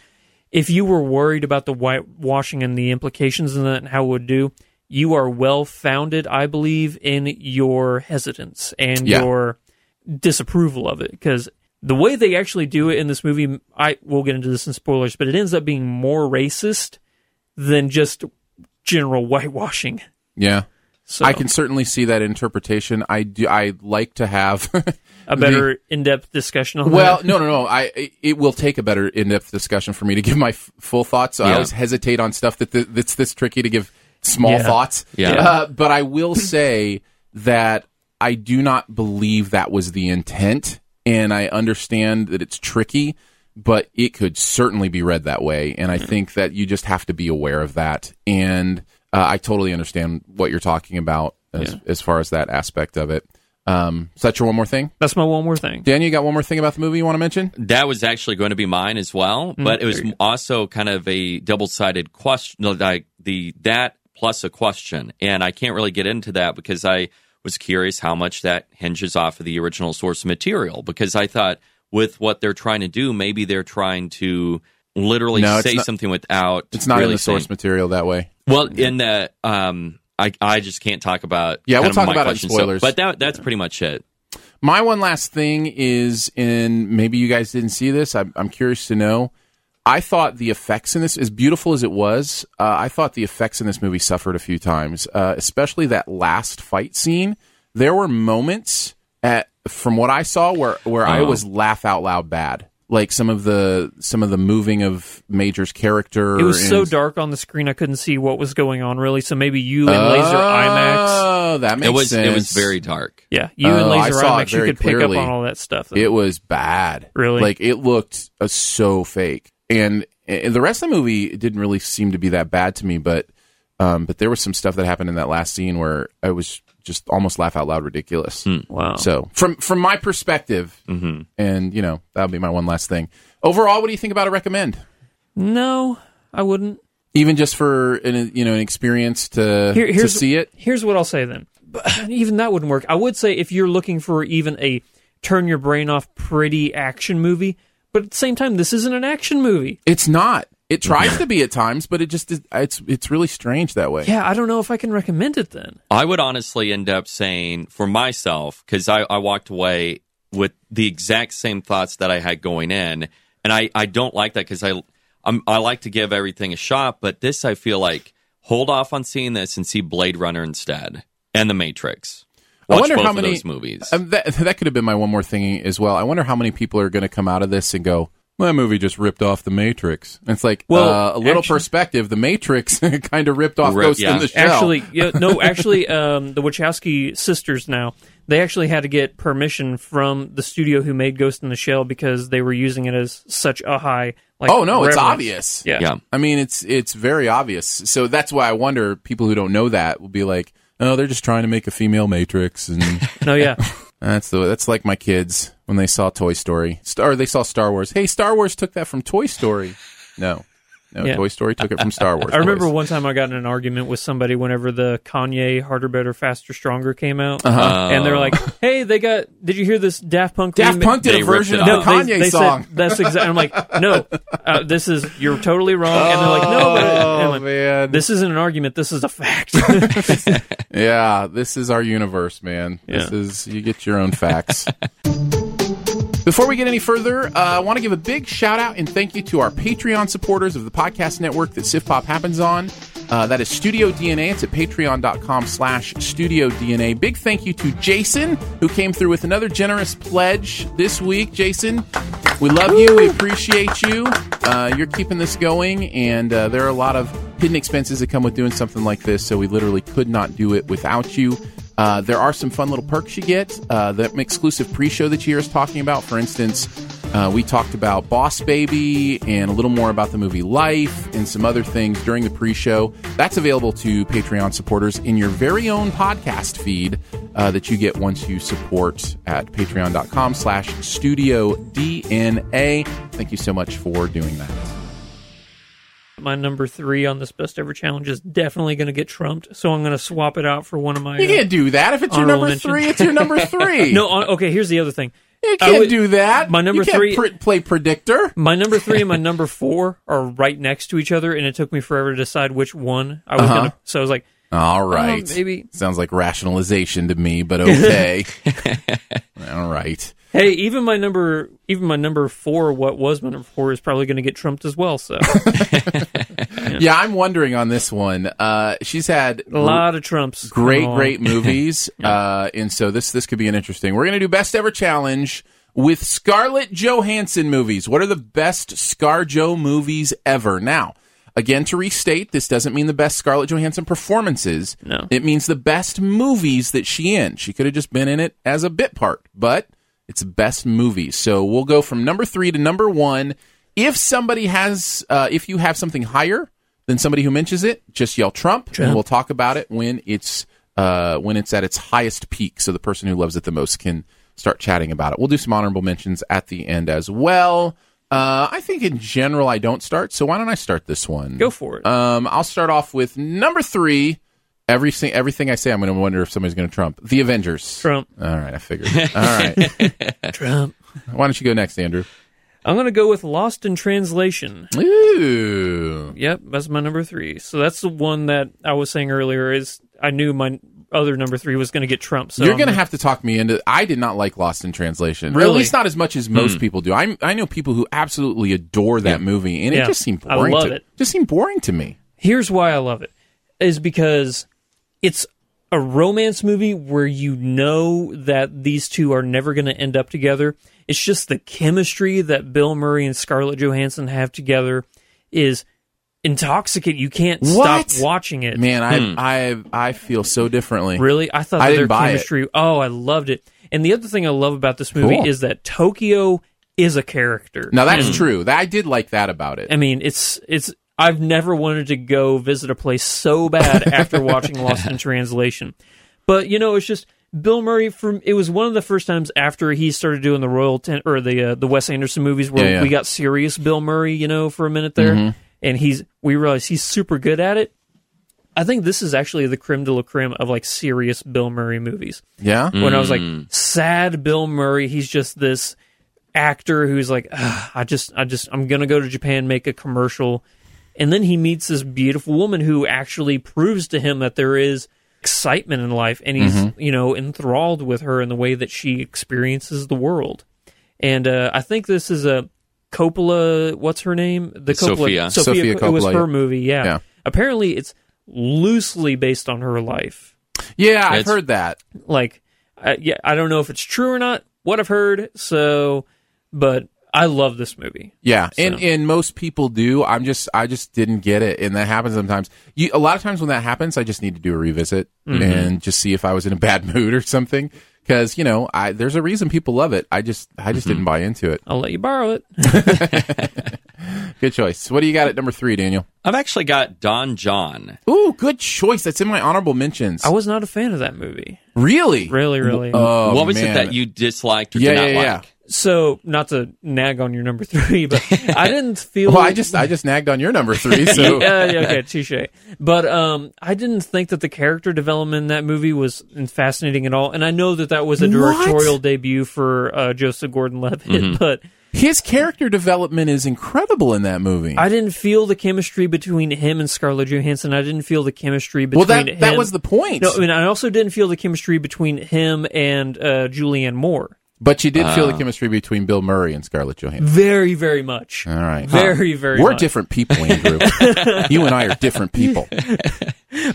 S3: if you were worried about the whitewashing and the implications in that and how it would do, you are well founded, I believe, in your hesitance and
S2: Yeah.
S3: your disapproval of it. Because the way they actually do it in this movie, I will get into this in spoilers, but it ends up being more racist than just general whitewashing.
S2: yeah,
S3: So.
S2: I can certainly see that interpretation. I do. I like to have [LAUGHS] the-
S3: a better in-depth discussion on
S2: Well,
S3: that.
S2: no, no, no. I it- it will take a better in-depth discussion for me to give my f- full thoughts. So I
S1: Yeah.
S2: always hesitate on stuff that th- that's this tricky to give small
S3: Yeah.
S2: thoughts.
S1: Yeah.
S2: Uh, but I will say that I do not believe that was the intent, and I understand that it's tricky, but it could certainly be read that way. And
S1: Hmm.
S2: I think that you just have to be aware of that. And uh, I totally understand what you're talking about as, as far as that aspect of it. Um, is that your one more thing?
S3: That's my one more thing.
S2: Daniel, you got one more thing about the movie you want to mention?
S1: that was actually going to be mine as well.
S3: Mm-hmm.
S1: But it was also kind of a double-sided question, no, like the that plus a question, and I can't really get into that because I was curious how much that hinges off of the original source material. Because I thought with what they're trying to do, maybe they're trying to literally
S2: No, it's
S1: say
S2: not-
S1: something without
S2: It's not in
S1: really
S2: the source
S1: saying-
S2: material that way.
S1: Well, in the um, I I just can't talk about
S2: Yeah,
S1: kind
S2: we'll
S1: of
S2: talk
S1: my
S2: about it in
S1: questions. So-
S2: spoilers.
S1: but that that's pretty much it.
S2: My one last thing is in maybe you guys didn't see this. I'm, I'm curious to know. I thought the effects in this, as beautiful as it was, uh, I thought the effects in this movie suffered a few times, uh, especially that last fight scene. There were moments at from what I saw where where I
S1: Oh.
S2: was laugh out loud bad, like some of the some of the moving of Major's character.
S3: It was so
S2: and-
S3: dark on the screen I couldn't see what was going on really. So maybe you
S2: Ah.
S3: and Laser IMAX,
S2: Oh, that makes
S1: It was
S2: sense.
S1: it was very dark.
S3: yeah, you
S2: Oh,
S3: and
S2: I
S3: Laser
S2: saw it
S3: IMAX, you
S2: very
S3: could pick
S2: clearly.
S3: up on all that stuff.
S2: It was bad.
S3: Really?
S2: Like it looked uh, so fake. And, and the rest of the movie didn't really seem to be that bad to me, but um, but there was some stuff that happened in that last scene where I was just almost laugh out loud ridiculous.
S3: Hmm. wow. Mm-hmm.
S2: So from from my perspective, and you know that'll be my one last thing. Overall, what do you think about a recommend?
S3: no, I wouldn't.
S2: Even just for an you know an experience to
S3: Here-
S2: to
S3: here's
S2: see it.
S3: Here's what I'll say then. But [SIGHS] even that wouldn't work. I would say if you're looking for even a turn your brain off pretty action movie, but at the same time this isn't an action movie.
S2: It's not.
S3: [LAUGHS]
S2: It tries to be at times, but it just is, it's it's really strange that way.
S3: Yeah, I don't know if I can recommend it then.
S1: I would honestly end up saying for myself, because I, I walked away with the exact same thoughts that I had going in. And I, I don't like that because I, I'm, I like to give everything a shot. But this, I feel like, hold off on seeing this and see Blade Runner instead and The Matrix. Watch
S2: I wonder
S1: both
S2: how
S1: of
S2: many
S1: those movies.
S2: Um, that that could have been my one more thing as well. I wonder how many people are going to come out of this and go, Well, that movie just ripped off The Matrix. And it's like,
S3: Well,
S2: uh, a little
S3: actually-
S2: perspective. The Matrix [LAUGHS] kind of ripped off
S1: Rip-
S2: Ghost
S1: yeah.
S2: in the Shell.
S3: Actually, yeah, no, actually, um, the Wachowski sisters now they actually had to get permission from the studio who made Ghost in the Shell because they were using it as such a high. Like,
S2: oh no, it's
S3: reference.
S2: obvious.
S3: Yeah.
S1: Yeah.
S2: I mean, it's it's very obvious. So that's why I wonder. People who don't know that will be like, oh, they're just trying to make a female Matrix, and
S1: [LAUGHS]
S3: No, yeah,
S2: that's the that's like my kids when they saw Toy Story, Star, or they saw Star Wars. Hey, Star Wars took that from Toy Story. No, no,
S3: Yeah.
S2: Toy Story took it
S1: [LAUGHS]
S2: from Star Wars.
S3: I remember
S2: Toys.
S3: one time I got in an argument with somebody whenever the Kanye "Harder, Better, Faster, Stronger" came out, and they're like, "Hey, they got. Did you hear this Daft Punk?
S2: Uh-huh. Daft
S3: remix-
S2: Punk did
S1: They
S2: a
S1: ripped
S2: version
S1: it
S2: of
S1: off.
S2: the Kanye
S3: they, they
S2: song.
S3: Said, That's exactly. I'm like, no, uh, this is you're totally wrong. and they're like, no, but, and I'm
S2: oh
S3: like,
S2: man,
S3: this isn't an argument. This is
S2: [LAUGHS]
S3: a fact.
S2: Yeah, this is our universe, man. This
S3: Yeah.
S2: is you get your own
S1: [LAUGHS]
S2: facts. Before we get any further, uh, I want to give a big shout out and thank you to our Patreon supporters of the podcast network that Sif Pop happens on. Uh, that is Studio DNA. It's at patreon.com slash studio DNA. Big thank you to Jason, who came through with another generous pledge this week. Jason, we love you. We appreciate you. Uh, you're keeping this going, and uh, there are a lot of hidden expenses that come with doing something like this, so we literally could not do it without you. Uh, there are some fun little perks you get. Uh, that exclusive pre-show that you hear us talking about, for instance, uh, we talked about Boss Baby and a little more about the movie Life and some other things during the pre-show. That's available to Patreon supporters in your very own podcast feed uh, that you get once you support at patreon.com slash studio DNA. Thank you so much for doing that.
S3: my number three on this best ever challenge is definitely going to get trumped, so I'm going to swap it out for one of my.
S2: You
S3: uh,
S2: can't do that. If it's your number
S3: Honorable mention.
S2: three, it's your
S3: [LAUGHS]
S2: number three.
S3: no, on, okay. Here's the other thing.
S2: you
S3: I
S2: can't
S3: would-
S2: do that.
S3: my number
S2: You can't
S3: three-
S2: pr- play predictor.
S3: My number three and my number four are right next to each other, and it took me forever to decide which one I was going
S2: Uh-huh.
S3: to. So I was like,
S2: All right.
S3: maybe-
S2: Sounds like rationalization to me, but okay.
S3: [LAUGHS]
S2: All right.
S3: "Hey, even my number, even my number four, what was my number four, is probably going to get trumped as well." So
S2: Yeah, I'm wondering on this one. Uh, she's had [LAUGHS]
S3: a lot of trumps.
S2: great,
S3: going on. [LAUGHS]
S2: great movies, uh, and so this this could be an interesting. We're gonna do best ever challenge with Scarlett Johansson movies. What are the best ScarJo movies ever? Now, again, to restate, this doesn't mean the best Scarlett Johansson performances.
S3: No.
S2: it means the best movies that she in. She could have just been in it as a bit part, but it's best movies. So we'll go from number three to number one. If somebody has, uh, if you have something higher than somebody who mentions it, just yell Trump, and we'll talk about it when it's uh, when it's at its highest peak. So the person who loves it the most can start chatting about it. We'll do some honorable mentions at the end as well. Uh, I think in general I don't start, so why don't I start this one?
S3: Go for it.
S2: Um, I'll start off with number three. Everything, everything I say, I'm going to wonder if somebody's going to trump the Avengers.
S3: Trump.
S2: All right, I figured. All
S3: [LAUGHS]
S2: right,
S3: Trump.
S2: why don't you go next, Andrew?
S3: I'm going to go with Lost in Translation.
S2: Ooh,
S3: Yep, that's my number three. So that's the one that I was saying earlier is I knew my other number three was going to get Trump. So
S2: you're
S3: I'm
S2: going to have to talk me into. I did not like Lost in Translation. Or At
S3: Um, Really? Hmm.
S2: least not as much as most people do. I I know people who absolutely adore that movie, and it
S3: Yeah.
S2: just seemed
S3: I
S2: boring.
S3: love
S2: to,
S3: it.
S2: Just seemed boring to me.
S3: Here's why I love it is because it's a romance movie where you know that these two are never going to end up together. It's just the chemistry that Bill Murray and Scarlett Johansson have together is intoxicating. You can't
S2: What?
S3: stop watching it.
S2: Man, I I I feel so differently.
S3: hmm. Really? I thought
S2: I
S3: that
S2: didn't
S3: their
S2: buy it.
S3: chemistry. Oh, I loved it. And the other thing I love about this movie
S2: Cool.
S3: is that Tokyo is a character.
S2: Now that's true. That- I did like that about it.
S3: I mean, it's it's. I've never wanted to go visit a place so bad
S2: [LAUGHS]
S3: after watching Lost in Translation. But you know, it's just Bill Murray. From it was one of the first times after he started doing the Royal Ten or the uh, the Wes Anderson movies where
S2: Yeah, Mm-hmm. yeah.
S3: we got serious Bill Murray. You know, for a minute there, and he's we realized he's super good at it. I think this is actually the creme de la creme of like serious Bill Murray movies
S2: yeah.
S3: when I was like sad Bill Murray. He's just this actor who's like, "Ugh, I just, I just, I'm gonna go to Japan, make a commercial, and then he meets this beautiful woman who actually proves to him that there is excitement in life, and he's
S2: Mm-hmm.
S3: you know enthralled with her in the way that she experiences the world. And uh, I think this is a Coppola. What's her name? The
S1: Sophia.
S3: Coppola.
S2: Sophia
S3: It was
S2: Coppola, yeah.
S3: her movie. Yeah.
S2: Yeah.
S3: Apparently, it's loosely based on her life
S2: Yeah, I've
S1: It's-
S2: heard that.
S3: like I, yeah, I don't know if it's true or not. What I've heard, so but I love this movie.
S2: Yeah, and and most people do. I'm just I just didn't get it, and that happens sometimes. You, a lot of times when that happens, I just need to do a revisit
S1: Mm-hmm.
S2: and just see if I was in a [LAUGHS] bad mood or something. Because you know, I there's a reason people love it. I just I
S1: Mm-hmm.
S2: just didn't buy into it.
S3: I'll let you borrow it.
S2: Good choice. What do you got at number three, Daniel?
S1: I've actually got Don John.
S2: Ooh, good choice. That's in my honorable mentions.
S3: I was not a fan of that movie.
S2: really,
S3: Really, really.
S2: Oh,
S1: what was
S2: man.
S1: it that you disliked or
S2: Yeah,
S1: did not
S2: yeah, yeah.
S1: like?
S3: so, not to nag on your number three, but
S2: [LAUGHS]
S3: I didn't feel.
S2: Well, I just I just nagged on your
S1: [LAUGHS]
S2: number three. So
S3: yeah, yeah, okay, touche. But um, I didn't think that the character development in that movie was fascinating at all. And I know that that was a directorial debut for uh, Joseph Gordon-Levitt,
S2: Mm-hmm.
S3: but
S2: his character development is incredible in that movie.
S3: I didn't feel the chemistry between him and Scarlett Johansson. I didn't feel the chemistry
S2: well,
S3: between
S2: that
S3: him.
S2: that was the point.
S3: No, I mean, I also didn't feel the chemistry between him and uh, Julianne Moore.
S2: but you did
S1: Uh.
S2: feel the chemistry between Bill Murray and Scarlett Johansson.
S3: Very, very much.
S2: All right.
S3: Very, very
S2: We're
S3: much.
S2: different people,
S3: [LAUGHS]
S2: Andrew. you and I are different people.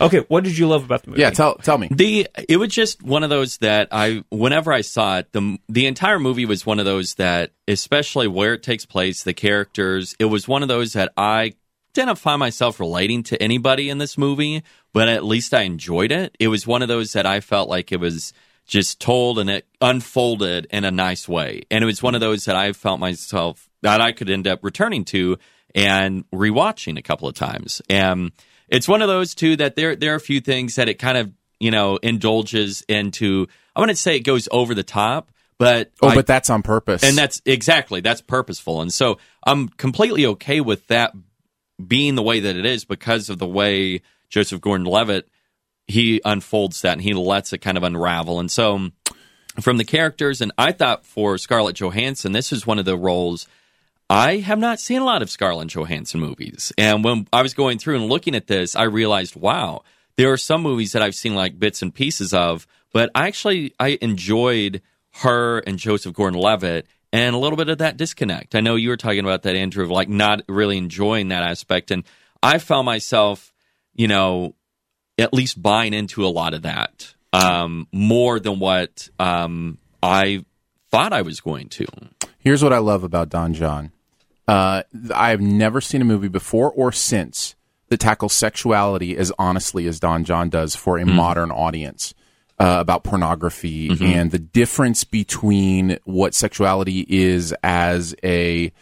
S3: Okay, what did you love about the movie?
S2: Yeah, tell tell me.
S1: The it was just one of those that I whenever I saw it the the entire movie was one of those that especially where it takes place the characters it was one of those that I didn't find myself relating to anybody in this movie but at least I enjoyed it it was one of those that I felt like it was just told and it unfolded in a nice way and it was one of those that I felt myself that I could end up returning to and rewatching a couple of times and it's one of those too that there there are a few things that it kind of you know, indulges into. I wouldn't say it goes over the top, but
S2: Oh,
S1: I-
S2: but that's on purpose.
S1: and that's exactly that's purposeful, and so I'm completely okay with that being the way that it is because of the way Joseph Gordon-Levitt he unfolds that and he lets it kind of unravel, and so um, from the characters, and I thought for Scarlett Johansson, this is one of the roles I have not seen a lot of Scarlett Johansson movies. And when I was going through and looking at this, I realized, wow, there are some movies that I've seen like bits and pieces of, but I actually I enjoyed her and Joseph Gordon-Levitt and a little bit of that disconnect. I know you were talking about that Andrew of like not really enjoying that aspect and I found myself, you know, at least buying into a lot of that um, more than what um, I thought I was going to.
S2: Here's what I love about Don John. Uh, th- I have never seen a movie before or since that tackles sexuality as honestly as Don John does for
S1: Mm-hmm.
S2: a modern audience uh, about pornography and the difference between what sexuality is as a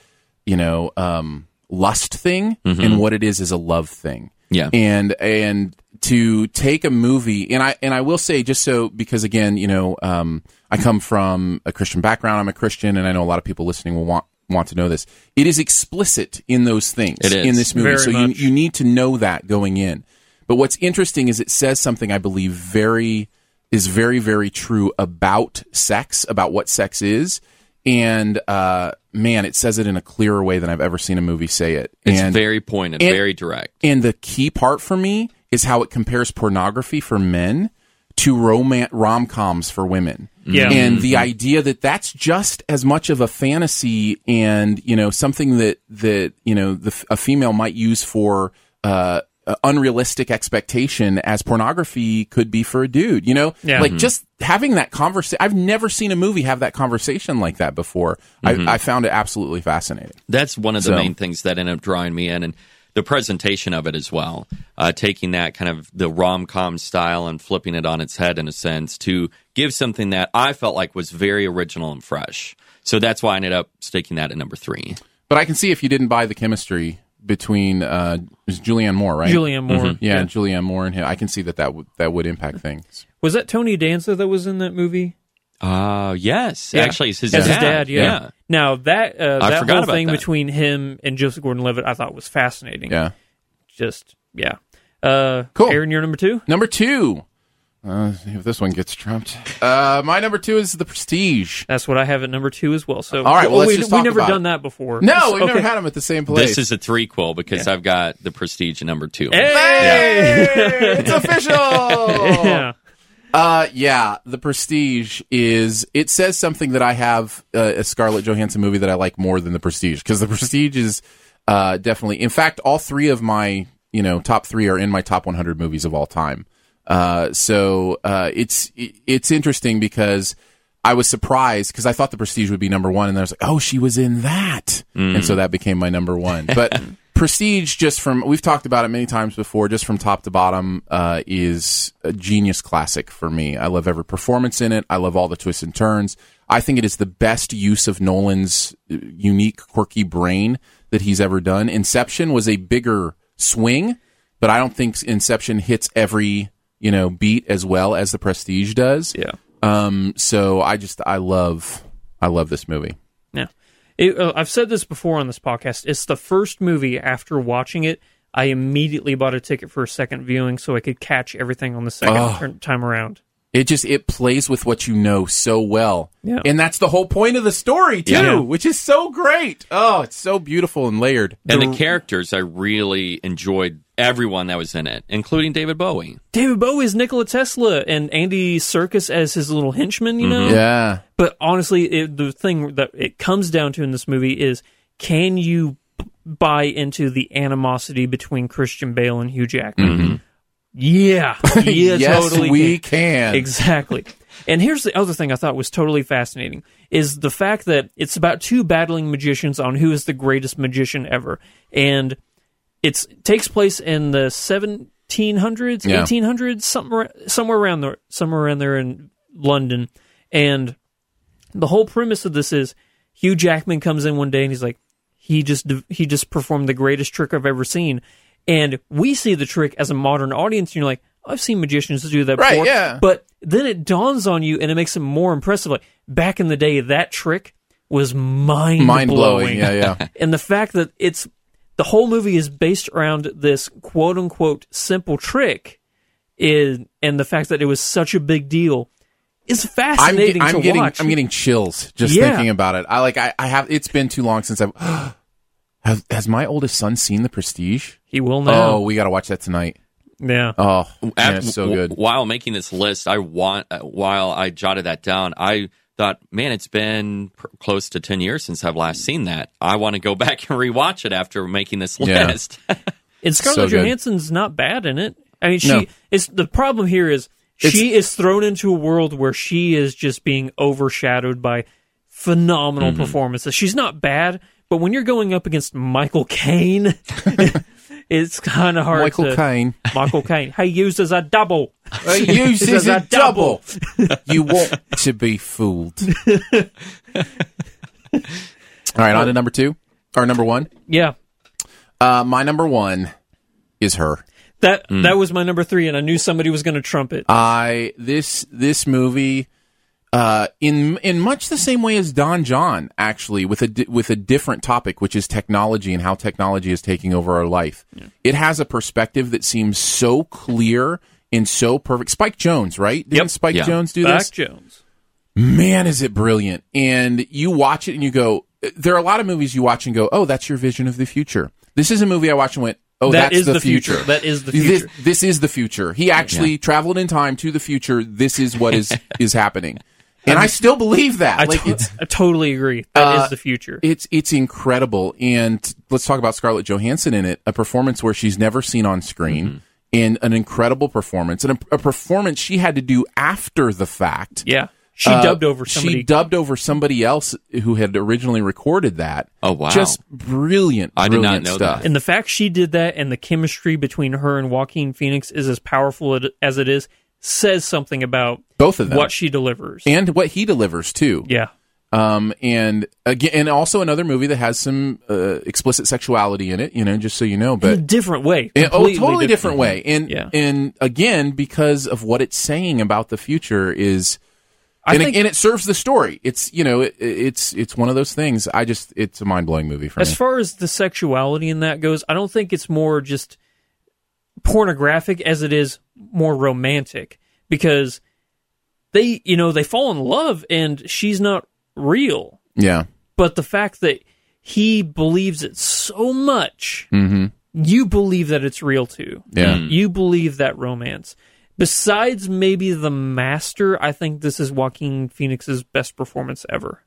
S2: you know um, lust thing
S1: Mm-hmm.
S2: and what it is as a love thing.
S1: Yeah.
S2: and and to take a movie and I and I will say just so because again you know um, I come from a Christian background I'm a Christian and I know a lot of people listening will want want to know this it is explicit in those things
S1: It is.
S2: in this movie
S3: Very
S2: so
S3: much.
S2: you you need to know that going in but what's interesting is it says something I believe very is very very true about sex about what sex is and uh, man it says it in a clearer way than I've ever seen a movie say it
S1: It's
S2: and
S1: very pointed,
S2: and-
S1: very direct.
S2: and the key part for me is how it compares pornography for men to romance rom coms for women.
S3: Mm-hmm. Yeah.
S2: And the idea that that's just as much of a fantasy and, you know, something that, that, you know, the, f- a female might use for, uh, uh, unrealistic expectation as pornography could be for a dude, you know?
S3: Yeah. Mm-hmm.
S2: Like just having that conversation. I've never seen a movie have that conversation like that before.
S3: Mm-hmm.
S2: I, I found it absolutely fascinating.
S1: That's one of the
S2: So-
S1: main things that ended up drawing me in, and the presentation of it as well. Uh, taking that kind of the rom com style and flipping it on its head in a sense to give something that I felt like was very original and fresh. So that's why I ended up sticking that at number three.
S2: But I can see if you didn't buy the chemistry between uh, it was Julianne Moore, right? Mm-hmm.
S3: Julianne Moore.
S2: yeah, Julianne Moore and him. I can see that that, w- that would impact things.
S3: Was that Tony Danza that was in that movie?
S1: Uh, yes.
S3: Yeah.
S1: Actually, it's his
S3: As
S1: dad.
S3: his dad, yeah. Now that uh,
S1: I
S3: that
S1: forgot
S3: whole
S1: about
S3: thing
S1: that.
S3: between him and Joseph Gordon-Levitt, I thought was fascinating.
S2: Yeah.
S3: Just yeah. Uh,
S2: Cool.
S3: Aaron, you're number two.
S2: Number two. Uh, see if this one gets trumped. Uh, my number two is The Prestige.
S3: That's what I have at number two as well. So
S2: All right, well, let's
S3: we,
S2: just
S3: we
S2: talk
S3: never
S2: about
S3: done
S2: it.
S3: that before.
S2: No, we've never
S3: Okay.
S2: had them at the same place.
S1: This is a threequel because I've got the prestige at number two.
S3: Hey!
S2: it's official.
S3: Yeah.
S2: Uh, yeah, The Prestige is. It says something that I have uh, a Scarlett Johansson movie that I like more than The Prestige because The Prestige is uh, definitely. In fact, all three of my you know top three are in my top 100 movies of all time. Uh, so uh, it's it- it's interesting because I was surprised because I thought The Prestige would be number one, and then I was like, oh, she was in that, and so that became my number one. But Prestige, just from we've talked about it many times before, just from top to bottom, uh, is a genius classic for me. I love every performance in it. I love all the twists and turns. I think it is the best use of Nolan's uh, unique, quirky brain that he's ever done. Inception was a bigger swing, but I don't think Inception hits every you know beat as well as The Prestige does.
S3: Yeah.
S2: Um, so I just I love I love this movie.
S3: Yeah. It, uh, I've said this before on this podcast. It's the first movie after watching it, I immediately bought a ticket for a second viewing so I could catch everything on the second turn- time around.
S2: It just it plays with what you know so well.
S3: Yeah.
S2: And that's the whole point of the story too,
S3: Yeah.
S2: which is so great. Oh, it's so beautiful and layered.
S1: And the characters, I really enjoyed everyone that was in it, including David Bowie.
S3: David Bowie is Nikola Tesla and Andy Circus as his little henchman, you know?
S2: Yeah.
S3: But honestly, it, the thing that it comes down to in this movie is can you b- buy into the animosity between Christian Bale and Hugh Jackman?
S2: [LAUGHS]
S3: Yeah. Yeah,
S2: Mm-hmm. yes,
S3: totally.
S2: we can.
S3: Exactly. And here's the other thing I thought was totally fascinating is the fact that it's about two battling magicians on who is the greatest magician ever. And it's takes place in the 1700s,
S2: Yeah.
S3: 1800s, somewhere somewhere around there, somewhere around there in London. And the whole premise of this is Hugh Jackman comes in one day and he's like, he just he just performed the greatest trick I've ever seen, and we see the trick as a modern audience. And you're like, I've seen magicians do that
S2: Right,
S3: before,
S2: yeah.
S3: But then it dawns on you, and it makes it more impressive. Like back in the day, that trick was mind
S2: Mind blowing. Yeah,
S3: [LAUGHS]
S2: yeah.
S3: and the fact that it's the whole movie is based around this quote unquote simple trick is and the fact that it was such a big deal is
S2: I'm, ge-
S3: fascinating
S2: I'm
S3: to
S2: getting
S3: watch.
S2: I'm getting chills just
S3: Yeah.
S2: thinking about it. I like I, I have it's been too long since I've [GASPS] has, has my oldest son seen The Prestige?
S3: he will now.
S2: Oh, we got to watch that tonight.
S3: Yeah.
S2: Oh, man, it's so
S1: At-
S2: good.
S1: While making this list, I want uh, while I jotted that down, I thought, man, it's been pr- close to ten years since I've last seen that. I want to go [LAUGHS] back and rewatch it after making this
S2: Yeah.
S1: list.
S2: [LAUGHS]
S3: And
S2: So
S3: Scarlett
S2: good.
S3: Johansson's not bad in it. I mean, she
S2: No.
S3: it's the problem here is she is thrown into a world where she is just being overshadowed by phenomenal
S2: Mm-hmm.
S3: performances. She's not bad, but when you're going up against Michael
S2: [LAUGHS]
S3: Caine, it's kind of hard.
S2: Michael
S3: to,
S2: Caine.
S3: Michael Caine. He uses a double. [LAUGHS]
S2: Use
S3: This is a double. [LAUGHS]
S2: you want to be fooled. All right, on to number two or number one.
S3: Yeah,
S2: Uh, my number one is her.
S3: that that was my number three, and I knew somebody was going to trump it.
S2: Mm. I this this movie, uh, in in much the same way as Don John, actually, with a di- with a different topic, which is technology and how technology is taking over our life. It has a perspective that seems so clear and so perfect. Spike Jones, right? Didn't Spike
S1: Yeah.
S2: Jones do
S3: Back
S2: this?
S3: Jones.
S2: man, is it brilliant. And you watch it and you go, there are a lot of movies you watch and go, oh, that's your vision of the future. This is a movie I watched and went, oh,
S3: That
S2: that's
S3: is the future. That is the
S2: This-
S3: future.
S2: This, is the future. He actually traveled in time to the future. This is what
S3: [LAUGHS]
S2: is is happening. And I Uh, still believe that.
S3: I,
S2: like
S3: to-
S2: it's
S3: I totally agree. That is the future.
S2: it's it's incredible. And let's talk about Scarlett Johansson in it, a performance where she's never seen on screen.
S3: Mm-hmm.
S2: And an incredible performance, and a, a performance she had to do after the fact.
S3: yeah, she
S2: Uh,
S3: dubbed over somebody.
S2: She dubbed over somebody else who had originally recorded that.
S1: Oh, wow.
S2: Just brilliant.
S1: I did not
S2: brilliant
S1: know
S2: stuff.
S1: that.
S3: And the fact she did that and the chemistry between her and Joaquin Phoenix is as powerful it- as it is says something about
S2: Both of them.
S3: what she delivers.
S2: and what he delivers too.
S3: yeah.
S2: Um, and again, and also another movie that has some uh, explicit sexuality in it. You know, just so you know,
S3: In a
S2: but
S3: different way.
S2: Yeah, oh,
S3: Mm-hmm. Completely
S2: totally different way. And
S3: Yeah.
S2: and again, because of what it's saying about the future is.
S3: I
S2: and,
S3: think-
S2: it, and it serves the story. It's you know it, it's it's one of those things. I just it's a mind blowing movie for
S3: As
S2: me.
S3: far as the sexuality in that goes, I don't think it's more just pornographic as it is more romantic because they, you know, they fall in love and she's not real.
S2: yeah,
S3: but the fact that he believes it so much, you believe that it's real too.
S2: Mm-hmm. Yeah.
S3: you believe that romance. Besides maybe the master, I think this is Joaquin Phoenix's best performance ever.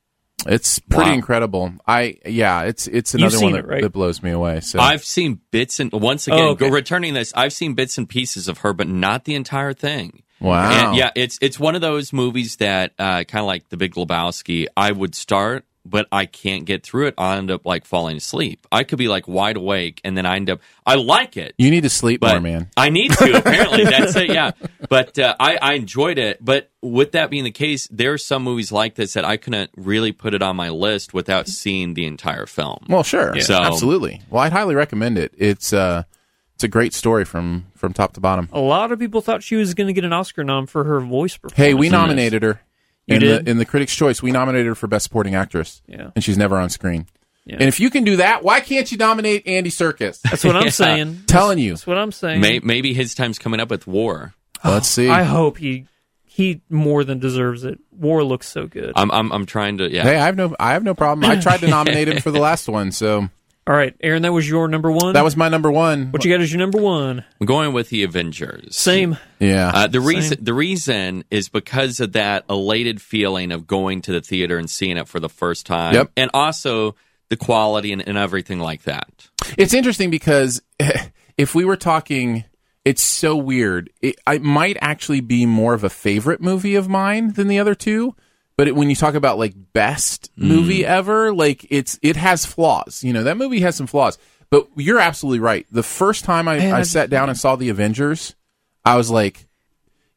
S2: It's pretty
S1: Wow.
S2: incredible. I yeah, it's it's another
S3: seen
S2: one that,
S3: it, right?
S2: that blows me away. So
S1: I've seen bits and once again,
S3: okay.
S1: go returning this, I've seen bits and pieces of her, but not the entire thing.
S2: Wow.
S1: And yeah, it's it's one of those movies that uh, kind of like The Big Lebowski. I would start, but I can't get through it. I end up like falling asleep. I could be like wide awake, and then I end up. I like it,
S2: You need to sleep
S1: but
S2: more, man.
S1: I need to.
S2: [LAUGHS]
S1: Apparently, that's it. Yeah, but uh, I I enjoyed it. But with that being the case, there are some movies like this that I couldn't really put it on my list without seeing the entire film.
S2: Well, sure.
S1: Yeah. So-
S2: Absolutely. Well, I'd highly recommend it. It's uh it's a great story from from top to bottom.
S3: A lot of people thought she was going to get an Oscar nom for her voice performance.
S2: Hey, we nominated her.
S3: You
S2: in
S3: did?
S2: the in the Critics' Choice, we nominated her for Best Supporting Actress.
S3: Yeah.
S2: And she's never on screen. And if you can do that, why can't you nominate Andy Circus?
S3: [LAUGHS] That's what I'm
S2: [LAUGHS]
S1: Yeah.
S3: saying.
S2: telling you.
S3: That's what I'm saying.
S1: May, maybe his time's coming up with War.
S2: Let's see.
S3: I hope he he more than deserves it. War looks so good.
S1: I'm I'm, I'm trying to. Yeah,
S2: Hey, I have no I have no problem. I tried to nominate him for the last one,
S3: [LAUGHS]
S2: so
S3: All right, Aaron, that was your number one.
S2: that was my number one.
S3: what you got as your number one.
S1: I'm going with the Avengers.
S3: Same.
S2: Yeah.
S1: Uh, the reason the reason is because of that elated feeling of going to the theater and seeing it for the first time,
S2: Yep.
S1: and also the quality and, and everything like that.
S2: It's interesting because [LAUGHS] if we were talking, it's so weird. It, I might actually be more of a favorite movie of mine than the other two. But it, when you talk about like best
S3: Mm.
S2: movie ever, like it's it has flaws. You know that movie has some flaws. But you're absolutely right. The first time I, I sat down and saw the Avengers, I was like,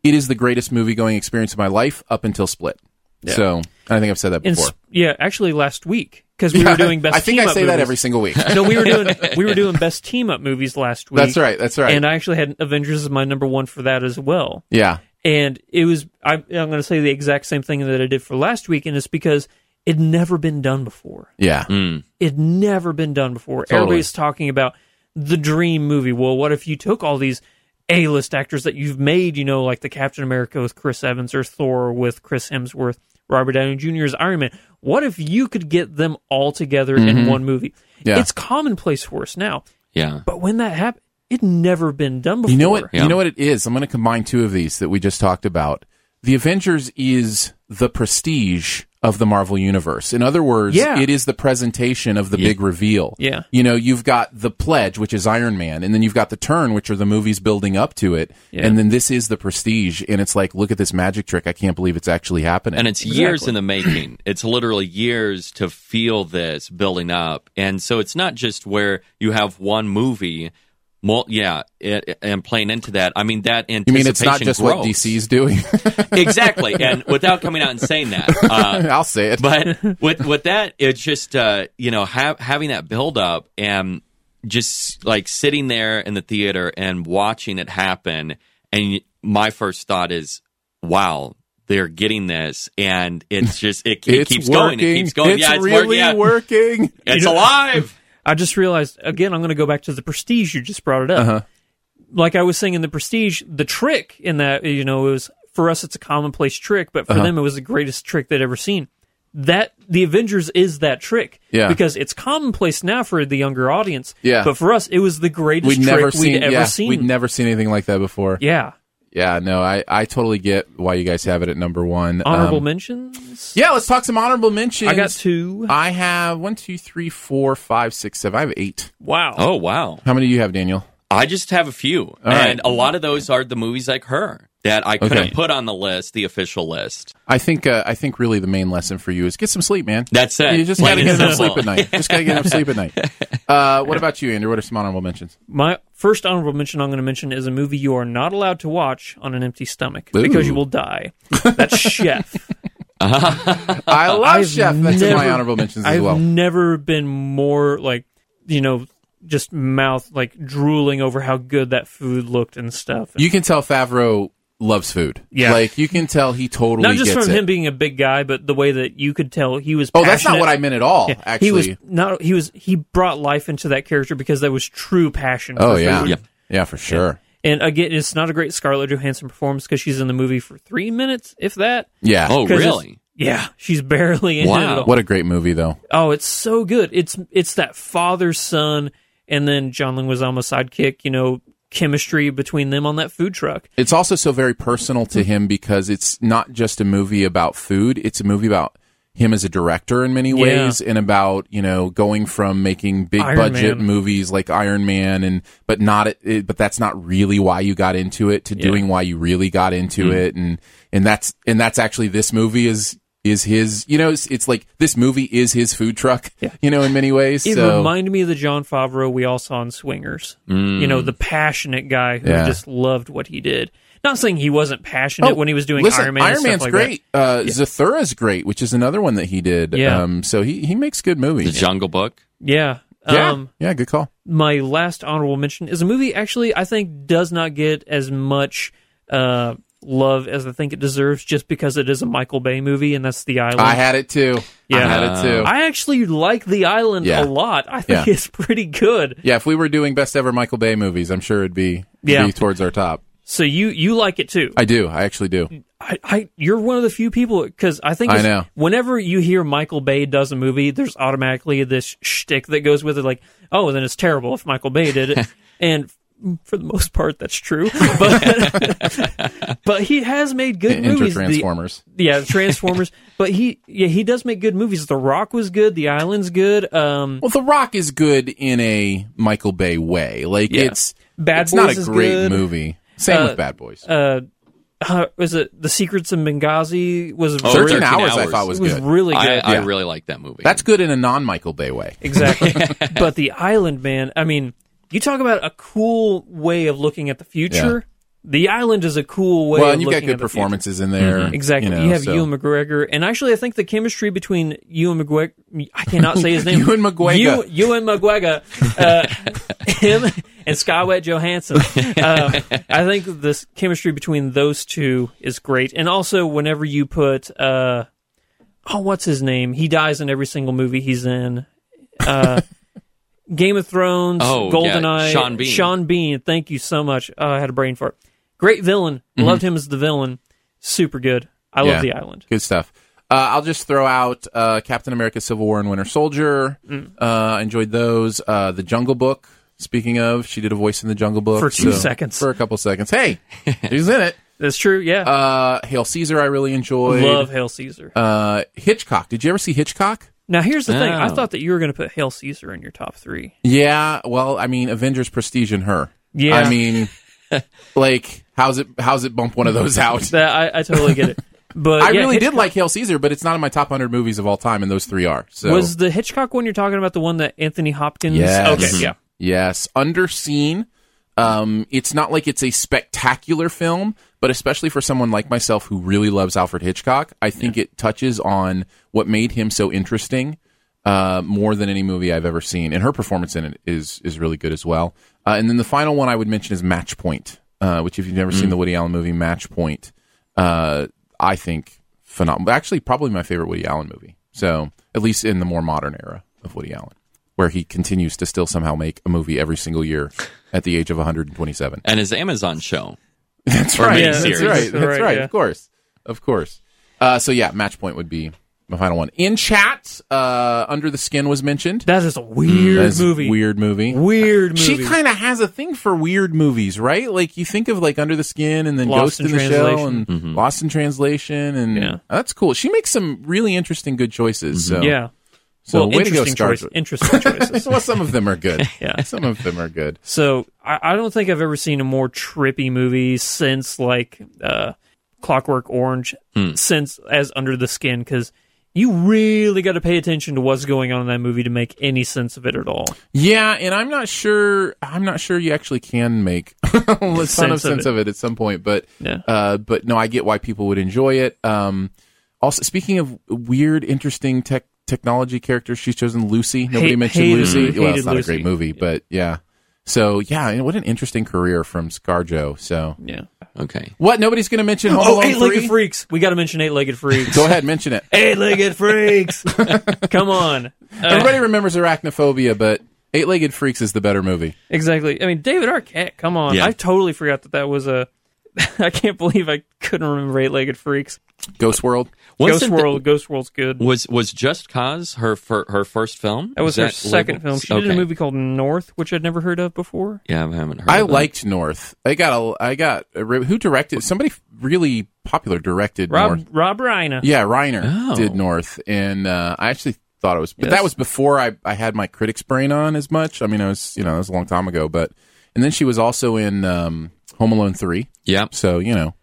S2: it is the greatest movie going experience of my life up until Split. So I think I've said that
S3: In,
S2: before.
S3: s- yeah, actually last week because we were doing
S2: [LAUGHS]
S3: best.
S2: I think
S3: team
S2: I
S3: up
S2: say that
S3: movies.
S2: every single
S3: [LAUGHS]
S2: week.
S3: No, we were doing we were doing best team up movies last week.
S2: That's right. That's right.
S3: And I actually had Avengers as my number one for that as well.
S2: yeah.
S3: And it was I, I'm going to say the exact same thing that I did for last week, and it's because it'd never been done before.
S2: Yeah.
S3: It'd never been done before.
S2: Totally.
S3: Everybody's talking about the dream movie. Well, what if you took all these A-list actors that you've made, you know, like the Captain America with Chris Evans or Thor with Chris Hemsworth, Robert Downey Jr. as Iron Man. What if you could get them all together in one movie?
S2: Mm-hmm. Yeah.
S3: It's commonplace for us now.
S1: Yeah,
S3: But when that happened, it'd never been done before.
S2: You know what?
S1: Yeah.
S2: You know what it is. I'm going to combine two of these that we just talked about. The Avengers is the prestige of the Marvel universe. In other words,
S3: Yeah.
S2: it is the presentation of the big reveal.
S3: Yeah.
S2: You know, you've got the pledge, which is Iron Man, and then you've got the turn, which are the movies building up to it,
S3: Yeah.
S2: and then this is the prestige, and it's like, look at this magic trick! I can't believe it's actually happening.
S1: and it's years in the
S2: [CLEARS THROAT]
S1: making. It's literally years to feel this building up, and so it's not just where you have one movie. Mul- yeah, it, and playing into that, I mean that anticipation.
S2: you mean it's not just what
S1: grows.
S2: DC's doing?
S1: [LAUGHS]
S2: [LAUGHS]
S1: exactly, and without coming out and saying that, uh,
S2: I'll say it. [LAUGHS]
S1: but with with that, it's just uh, you know ha- having that build up and just like sitting there in the theater and watching it happen. And y- my first thought is, wow, they're getting this, and
S2: [LAUGHS]
S1: it's just it, it
S2: it's
S1: keeps
S2: working.
S1: going, it keeps going,
S2: It's
S1: yeah, it's
S2: really
S1: working, yeah. [LAUGHS]
S2: working.
S1: it's
S2: [LAUGHS]
S1: alive.
S3: I just realized again. I'm going to go back to the Prestige. You just brought it up.
S2: Uh-huh.
S3: Like I was saying in the Prestige, the trick in that you know it was for us it's a commonplace trick, but for
S2: Uh-huh.
S3: them it was the greatest trick they'd ever seen. That the Avengers is that trick,
S2: Yeah.
S3: Because it's commonplace now for the younger audience,
S2: Yeah.
S3: But for us, it was the greatest
S2: We'd
S3: trick
S2: never
S3: we'd
S2: seen.
S3: ever
S2: yeah,
S3: seen.
S2: we'd never seen anything like that before.
S3: yeah,
S2: Yeah, no, I, I totally get why you guys have it at number one.
S3: honorable
S2: Um,
S3: mentions.
S2: yeah, let's talk some honorable mentions.
S3: I got two.
S2: I have one, two, three, four, five, six, seven. I have eight.
S3: Wow.
S1: Oh wow!
S2: How many do you have, Daniel?
S1: I just have a few,
S2: right.
S1: and a lot of those are the movies like her that I couldn't
S2: Okay.
S1: put on the list, the official list.
S2: I think uh, I think really the main lesson for you is get some sleep, man.
S1: That's it.
S2: You just
S1: Plain
S2: gotta
S1: and
S2: get enough
S1: simple.
S2: sleep at night. Just gotta get enough
S1: [LAUGHS]
S2: sleep at night. Uh, what about you, Andrew? What are some honorable
S3: [LAUGHS]
S2: mentions?
S3: My first honorable mention I'm going to mention is a movie you are not allowed to watch on an empty stomach
S2: Ooh.
S3: because you will die.
S2: [LAUGHS]
S3: That's Chef.
S2: I love
S3: I've
S2: Chef. That's in my
S3: never-
S2: honorable mentions as
S3: I've
S2: well.
S3: never been more like, you know, just mouth like drooling over how good that food looked and stuff.
S2: you can tell Favreau loves food.
S3: Yeah.
S2: like you can tell he totally
S3: not just
S2: gets
S3: from
S2: it.
S3: him being a big guy, but the way that you could tell he was.
S2: oh, that's not
S3: passionate.
S2: what I meant at all.
S3: Yeah,
S2: actually,
S3: [LAUGHS] he was not. He was. He brought life into that character because that was true passion.
S2: oh
S3: for
S2: yeah.
S3: food.
S2: yeah, for sure.
S3: And again, it's not a great Scarlett Johansson performance because she's in the movie for three minutes, if that.
S2: Yeah.
S1: Oh
S3: 'Cause it's-
S1: really?
S3: Yeah, she's barely in it.
S1: Wow.
S3: At all.
S2: What a great movie, though.
S3: Oh, it's so good. It's it's that father son, and then John Leguizamo's sidekick. You know, chemistry between them on that food truck.
S2: It's
S3: Mm-hmm.
S2: also so very personal to him because it's not just a movie about food. It's a movie about him as a director in many
S3: Yeah.
S2: ways and about you know going from making big
S3: Iron
S2: budget
S3: Man.
S2: movies like Iron Man and but not it, but that's not really why you got into it to doing why you really got into
S3: Mm-hmm.
S2: it and and that's and that's actually this movie is is his you know it's, it's like this movie is his food truck you know in many ways
S3: It
S2: so
S3: reminded me of the John Favreau we all saw in Swingers. You know, the passionate guy who
S2: Mm. Yeah. Oh,
S3: just loved what he did. Not saying he wasn't passionate when he was doing
S2: listen,
S3: Iron Man. and stuff
S2: Man's
S3: like that.
S2: great. Uh, Zathura's great, which is another one that he did.
S3: Yeah.
S2: Um, so he, he makes good
S1: The
S2: movies.
S1: Jungle Book.
S3: Yeah.
S2: yeah.
S3: Um,
S2: yeah, good call.
S3: my last honorable mention is a movie actually I think does not get as much uh, love as I think it deserves just because it is a Michael Bay movie and that's The Island.
S2: I had it too.
S3: Yeah.
S2: I had it too.
S3: I actually like The Island
S2: Yeah.
S3: a lot. I think
S2: Yeah.
S3: it's pretty good.
S2: yeah, if we were doing best ever Michael Bay movies, I'm sure it'd be,
S3: Yeah.
S2: be towards our top.
S3: So you you like it too.
S2: I do. I actually do.
S3: I, I you're one of the few people because I think
S2: I
S3: it's-
S2: know.
S3: whenever you hear Michael Bay does a movie, there's automatically this shtick that goes with it, like oh, then it's terrible if Michael Bay
S2: [LAUGHS]
S3: did it, and for the most part that's true, but but [LAUGHS] he has made good
S2: Enter
S3: movies. The-
S2: Transformers.
S3: yeah,
S2: [LAUGHS]
S3: Transformers, but he yeah he does make good movies. The Rock was good, The Island's good, um,
S2: well, The Rock is good in a Michael Bay way. Like
S3: Yeah.
S2: it's
S3: Bad
S2: it's not
S3: Boys
S2: a
S3: is
S2: great
S3: good.
S2: movie. Same
S3: Uh,
S2: with Bad Boys.
S3: uh, uh, was it The Secrets of Benghazi was
S1: Oh,
S2: 13
S3: really,
S1: 13
S2: hours, I
S1: Hours.
S2: thought was,
S3: was
S2: good.
S3: really good.
S1: I, I
S2: Yeah.
S1: really like that movie.
S2: That's good in a non Michael Bay way. [LAUGHS]
S3: Exactly. but the island, man, I mean, you talk about a cool way of looking at the future. The island is a cool way
S2: Well,
S3: of
S2: and you've got
S3: looking
S2: good
S3: at the future. Mm-hmm.
S2: performances in there.
S3: Exactly. You,
S2: know,
S3: have
S2: so.
S3: Ewan McGregor, and actually, I think the chemistry between Ewan McGregor, I cannot say his name,
S2: Ewan McGregor.
S3: Ew- Ewan McGregor, uh, [LAUGHS] him and Skywet Johansson. Uh, I think this chemistry between those two is great, and also whenever you put, uh, oh, what's his name? He dies in every single movie he's in. Uh, [LAUGHS] Game of Thrones,
S1: Oh, yeah,
S3: Goldeneye,
S1: Sean Bean.
S3: Sean Bean. Thank you so much. Oh, I had a brain fart. Great villain. Loved him as the villain. Super good. I love
S2: Mm-hmm. Yeah.
S3: the island.
S2: Good stuff. Uh, I'll just throw out uh, Captain America: Civil War and Winter Soldier. Uh, enjoyed those. Uh, the Jungle Book. Speaking of, she did a voice in the Jungle Book
S3: For two seconds.
S2: For a couple seconds.
S3: [LAUGHS]
S2: Hey, she's in it.
S3: That's true. Yeah.
S2: Uh, Hail Caesar. I really enjoyed.
S3: love Hail Caesar.
S2: Uh, Hitchcock. Did you ever see Hitchcock?
S3: now here's the thing. I
S1: Oh.
S3: thought that you were going to put Hail Caesar in your top three.
S2: Yeah. Well, I mean, Avengers Prestige and her.
S3: Yeah.
S2: I
S3: [LAUGHS]
S2: mean, like, how's it? How's it bump one of those out?
S3: [LAUGHS] That I, I totally get
S2: [LAUGHS]
S3: it. But
S2: I
S3: yeah,
S2: really
S3: Hitch-
S2: did like Hail Caesar, but it's not in my top hundred movies of all time, and those three are. So
S3: Was the Hitchcock one you're talking about the one that Anthony Hopkins?
S2: Yes. Mm-hmm.
S3: Okay. Yeah.
S2: Yes, underseen. Um, it's not like it's a spectacular film, but especially for someone like myself who really loves Alfred Hitchcock, I think it touches on what made him so interesting uh, more than any movie I've ever seen. And her performance in it is is really good as well. Uh, and then the final one I would mention is Match Point, uh, which if you've never seen the Woody Allen movie Match Point, uh, I think phenomenal. Actually, probably my favorite Woody Allen movie. So at least in the more modern era of Woody Allen, where he continues to still somehow make a movie every single year at the age of
S3: [LAUGHS]
S2: 127.
S1: and his Amazon show.
S2: That's
S1: right.
S2: that's
S1: miniseries.
S2: right. That's
S3: Right,
S2: right.
S3: yeah.
S2: Of course. Of course. Uh, so yeah, match point would be my final one. In chat, uh, Under the Skin was mentioned.
S3: That is a weird
S2: Mm, That is
S3: movie.
S2: Weird movie.
S3: Weird movie.
S2: She kind of has a thing for weird movies, right? Like you think of like Under the Skin and then Ghost
S3: Lost
S2: in,
S3: in
S2: the Shell
S3: Translation.
S2: and Lost in Translation, and
S3: Yeah. Mm-hmm.
S2: that's cool. She makes some really interesting, good choices. So
S3: yeah.
S2: so
S3: well,
S2: way to go,
S3: interesting
S2: Star.
S3: choice. Interesting
S2: [LAUGHS]
S3: choices.
S2: well, some of them are good.
S3: [LAUGHS] Yeah.
S2: some of them are good.
S3: So I, I don't think I've ever seen a more trippy movie since like uh, Clockwork Orange, since as Under the Skin, because you really got to pay attention to what's going on in that movie to make any sense of it at all.
S2: Yeah, and I'm not sure. I'm not sure you actually can make [LAUGHS] a ton
S3: Sense
S2: of
S3: of
S2: sense
S3: it.
S2: of it at some point. But
S3: Yeah.
S2: uh, but no, I get why people would enjoy it. Um, also, speaking of weird, interesting tech technology characters, she's chosen Lucy. Nobody
S3: Ha-
S2: mentioned
S3: hated-
S2: Lucy.
S3: hated
S2: well, it's not
S3: Lucy.
S2: a great movie, but yeah. So yeah, and what an interesting career from ScarJo. So
S3: Yeah.
S1: Okay.
S2: what? Nobody's going to mention Home
S3: Oh,
S2: Alone
S3: eight legged
S2: 3?
S3: freaks. We got to mention eight legged freaks.
S2: [LAUGHS] Go ahead, mention
S3: [LAUGHS]
S2: it.
S3: eight legged freaks. Come on.
S2: Everybody remembers Arachnophobia, but Eight Legged Freaks is the better movie.
S3: Exactly. I mean, David Arquette. Come on.
S1: Yeah.
S3: I totally forgot that that was a [LAUGHS] I can't believe I couldn't remember Eight Legged Freaks.
S2: Ghost World.
S1: What's
S3: Ghost
S1: the-
S3: World. Ghost World's good.
S1: was was Just Cause her fir- her first film?
S3: That
S1: Is
S3: was her
S1: labeled-
S3: second film. She did a
S1: Okay.
S3: movie called North, which I'd never heard of before.
S1: Yeah, I haven't heard.
S2: I
S1: of that.
S2: liked North. I got a. I got a, re- who directed? Somebody really popular directed
S3: Rob
S2: North.
S3: Rob Reiner.
S2: Yeah, Reiner
S1: Oh.
S2: did North, and uh, I actually thought it was. But that
S3: Yes.
S2: was before I I had my critics brain on as much. I mean, I was you know that was a long time ago, but and then she was also in um, Home Alone three.
S1: Yeah,
S2: So you know,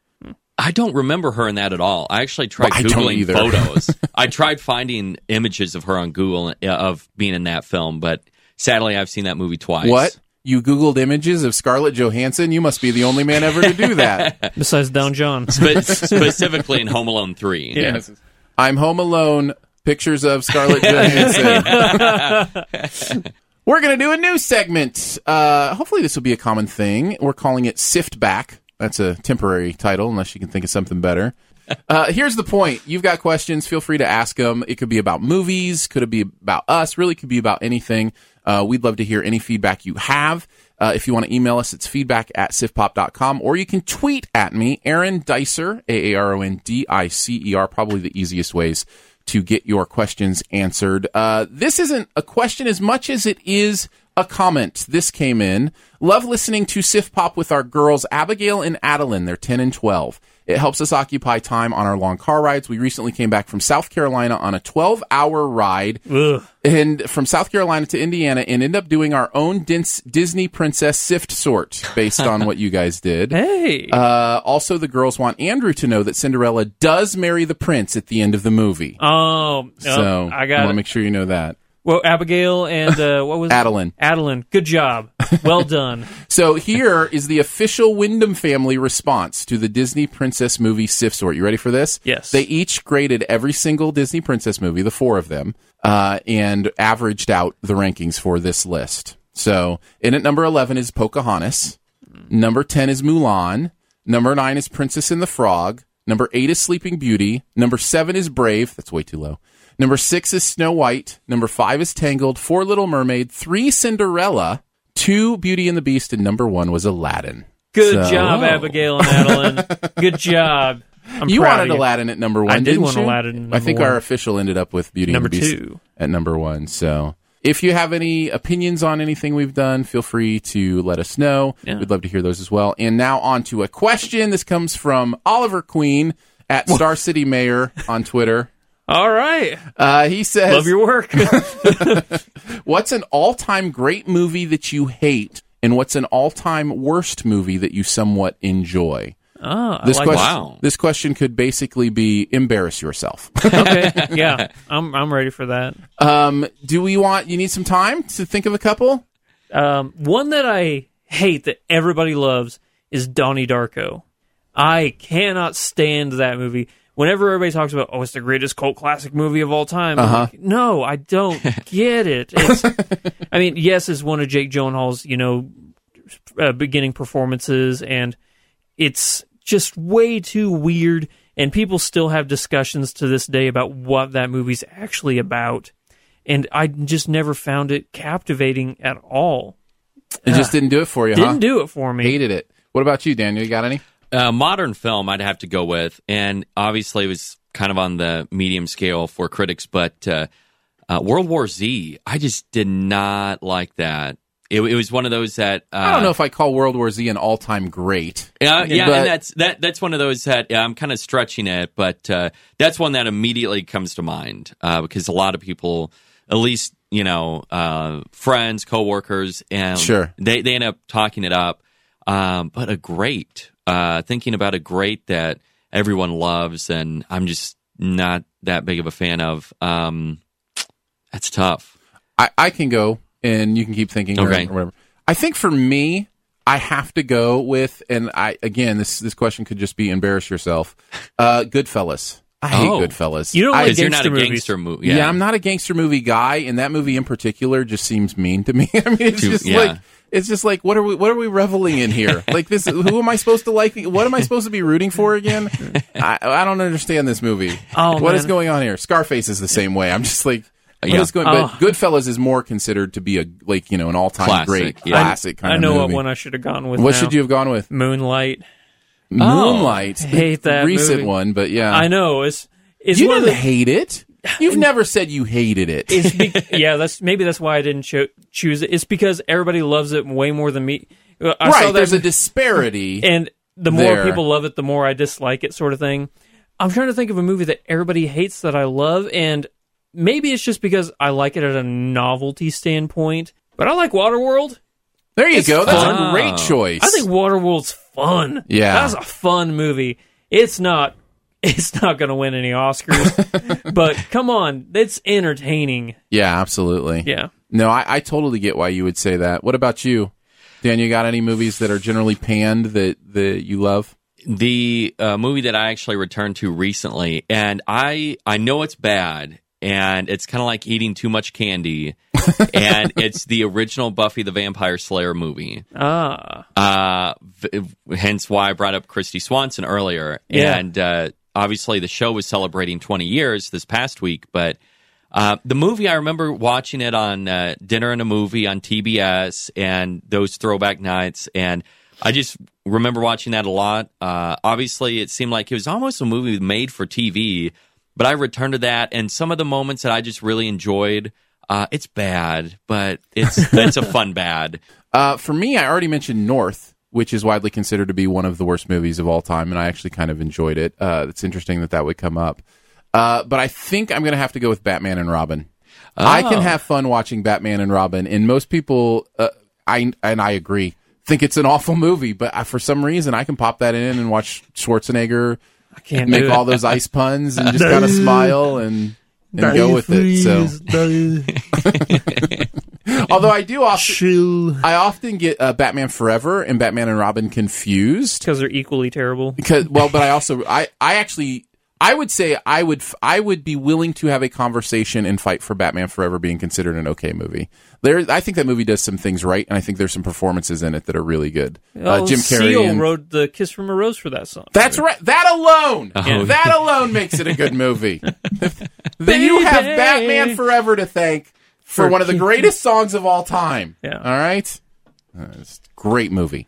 S1: I don't remember her in that at all. I actually tried
S2: I don't
S1: googling
S2: either. [LAUGHS]
S1: photos. I tried finding images of her on Google uh, of being in that film, but sadly, I've seen that movie twice.
S2: what you Googled images of Scarlett Johansson? You must be the only man ever to do that.
S3: Besides
S2: [LAUGHS]
S3: Don John.
S1: Spe- specifically in Home Alone Three.
S3: Yeah.
S2: I'm Home Alone. Pictures of Scarlett Johansson. We're gonna do a new segment. Uh, hopefully, this will be a common thing. We're calling it Sift Back. That's a temporary title, unless you can think of something better. Uh, here's the point. You've got questions. Feel free to ask them. It could be about movies. Could it be about us? Really could be about anything. Uh, we'd love to hear any feedback you have. Uh, if you want to email us, it's feedback at sifpop.com or you can tweet at me, Aaron Dicer, A-A-R-O-N-D-I-C-E-R, E probably the easiest ways to get your questions answered. Uh, this isn't a question as much as it is a comment. This came in. Love listening to Sif Pop with our girls, Abigail and Adeline. They're 10 and 12. It helps us occupy time on our long car rides. We recently came back from South Carolina on a 12 hour ride
S3: Ugh.
S2: and from South Carolina to Indiana and end up doing our own Dis- Disney princess sift sort based on what you guys did.
S3: [LAUGHS] Hey.
S2: Uh, also, the girls want Andrew to know that Cinderella does marry the prince at the end of the movie.
S3: um.
S2: so
S3: I
S2: want
S3: got
S2: to
S3: it.
S2: make sure you know that.
S3: Well, Abigail and uh, what was it?
S2: Adeline.
S3: Adeline. Good
S2: [LAUGHS]
S3: job. Well done.
S2: So here is the official Wyndham family response to the Disney princess movie Sift Sort. You ready for this?
S3: Yes.
S2: They each graded every single Disney princess movie, the four of them, uh, and averaged out the rankings for this list. So in at number 11 is Pocahontas. Number 10 is Mulan. Number 9 is Princess and the Frog. Number 8 is Sleeping Beauty. Number 7 is Brave. That's way too low. Number 6 is Snow White. Number 5 is Tangled. 4 Little Mermaid. 3 Cinderella. 2 Beauty and the Beast. And number 1 was Aladdin.
S3: Good
S2: So-
S3: job,
S1: Oh.
S3: Abigail and Adeline. Good job. I'm
S2: you
S3: proud
S2: wanted
S3: of you.
S2: Aladdin at number 1.
S3: did
S2: didn't
S3: want
S2: you?
S3: Aladdin at
S2: I
S3: number
S2: think
S3: one.
S2: our official ended up with Beauty
S3: Number
S2: and the Beast
S3: two.
S2: at number 1. So. If you have any opinions on anything we've done, feel free to let us know.
S3: Yeah.
S2: We'd love to hear those as well. And now on to a question. This comes from Oliver Queen at Star City Mayor on Twitter.
S3: All right.
S2: Uh, he says,
S3: Love your
S2: [LAUGHS]
S3: work.
S2: "What's an all-time great movie that you hate, and what's an all-time worst movie that you somewhat enjoy?"
S3: oh, I
S2: This
S3: like
S2: question,
S1: Wow.
S2: this question could basically be embarrass yourself.
S3: that. Okay. Yeah. I'm I'm ready for that.
S2: um, do we want? You need some time to think of a couple.
S3: Um, one that I hate that everybody loves is Donnie Darko. I cannot stand that movie. Whenever everybody talks about, oh, it's the greatest cult classic movie of all time, I'm like, no, I don't get it. It's, I mean, yes, it's one of Jake Gyllenhaal's, you know, uh, beginning performances, and it's just way too weird. And people still have discussions to this day about what that movie's actually about. And I just never found it captivating at all.
S2: It just didn't do it for you. huh?
S3: Didn't do it for me.
S2: Hated it. What about you, Daniel? You got any?
S1: uh, modern film I'd have to go with, and obviously it was kind of on the medium scale for critics, but uh, uh, World War Z, I just did not like that. It, it was one of those that uh,
S2: I don't know if I call World War Z an all-time great.
S1: Yeah, yeah,
S2: But-
S1: and that's that. That's one of those that yeah, I'm kind of stretching it, but uh, that's one that immediately comes to mind uh, because a lot of people, at least you know, uh, friends, coworkers, and
S2: Sure.
S1: they they end up talking it up. Um, but a great, uh, thinking about a great that everyone loves, and I'm just not that big of a fan of. Um, that's tough.
S2: I, I can go and you can keep thinking or-
S1: Okay.
S2: or, whatever. I think for me, I have to go with and I again this this question could just be embarrass yourself. Uh Goodfellas. I hate
S1: Oh.
S2: Goodfellas.
S3: You don't
S2: I,
S3: like
S1: Because you're not a
S3: gangster movies.
S1: gangster movie.
S2: yeah. I'm not a gangster movie guy, and that movie in particular just seems mean to me. [LAUGHS] I mean, it's
S1: Too-
S2: just
S1: yeah.
S2: like it's just like what are we what are we reveling
S1: [LAUGHS]
S2: in here? like this, who am I supposed to like? What am I supposed to be rooting
S1: [LAUGHS]
S2: for again? I, I don't understand this movie. What
S3: Oh,
S2: is
S3: man.
S2: going on here? Scarface is the same way. I'm just like. what is
S1: Yeah.
S2: going?
S3: Oh.
S2: But Goodfellas is more considered to be a like you know an all time
S1: Classic,
S2: great
S1: yeah.
S2: classic kind
S3: I
S2: of
S3: know
S2: movie.
S3: what one I should have gone with.
S2: what
S3: now.
S2: should you have gone with?
S3: Moonlight.
S2: Moonlight, the
S3: hate that
S2: recent
S3: movie.
S2: one, but yeah,
S3: I know it's it's
S2: you
S3: one
S2: didn't
S3: of the
S2: hate it. You've never said you hated it.
S3: [LAUGHS]
S2: [LAUGHS]
S3: It's be- yeah, that's maybe that's why I didn't cho- choose it. It's because everybody loves it way more than me. Uh, I
S2: right,
S3: saw that,
S2: there's a
S3: [LAUGHS]
S2: disparity.
S3: and the more
S2: there.
S3: people love it, the more I dislike it, sort of thing. I'm trying to think of a movie that everybody hates that I love, and maybe it's just because I like it at a novelty standpoint. But I like Waterworld.
S2: there you go. That's a
S1: fun.
S2: great choice.
S3: I think Waterworld's fun.
S2: Yeah.
S3: that's a fun movie. It's not. [LAUGHS] It's not going to win
S2: [LAUGHS]
S3: any Oscars, but come on, it's entertaining.
S2: yeah, absolutely.
S3: Yeah.
S2: No, I, I totally get why you would say that. What about you, Dan? You got any movies that are generally panned that that you love?
S1: the uh, movie that I actually returned to recently, and I I know it's bad, and it's kind of like eating too much candy, and it's the original Buffy the Vampire Slayer movie.
S3: Ah.
S1: Uh, v- hence why I brought up Christy Swanson earlier,
S3: Yeah.
S1: and uh, obviously the show was celebrating 20 years this past week, but. Uh, the movie, I remember watching it on uh, Dinner and a Movie on TBS and those throwback nights. And I just remember watching that a lot. Uh, obviously, it seemed like it was almost a movie made for TV, but I returned to that. And some of the moments that I just really enjoyed, uh, it's bad, but it's, it's a fun bad.
S2: Uh, for me, I already mentioned North, which is widely considered to be one of the worst movies of all time, and I actually kind of enjoyed it. Uh, it's interesting that that would come up. Uh, but I think I'm going to have to go with Batman and Robin. I
S3: Oh.
S2: can have fun watching Batman and Robin, and most people, uh, I and I agree, think it's an awful movie. But I, for some reason, I can pop that in and watch Schwarzenegger
S3: can't
S2: make
S3: do
S2: all those ice puns and
S3: [LAUGHS]
S2: just kind of smile and and go with it. So, although I do often, I often get uh, Batman Forever and Batman and Robin confused
S3: because they're equally terrible.
S2: because well, but I also I I actually I would say I would f- I would be willing to have a conversation and fight for Batman Forever being considered an okay movie. There, I think that movie does some things right, and I think there's some performances in it that are really good.
S3: Oh,
S2: uh, Jim Carrey
S3: Seal
S2: and-
S3: wrote the "Kiss from a Rose" for that song.
S2: That's right. That alone,
S1: Oh.
S2: that alone makes it a good movie. then you have
S3: Baby.
S2: Batman Forever to thank for,
S3: For
S2: one of the
S3: keeping-
S2: greatest songs of all time.
S3: Yeah.
S2: All right. Uh, it's a great movie.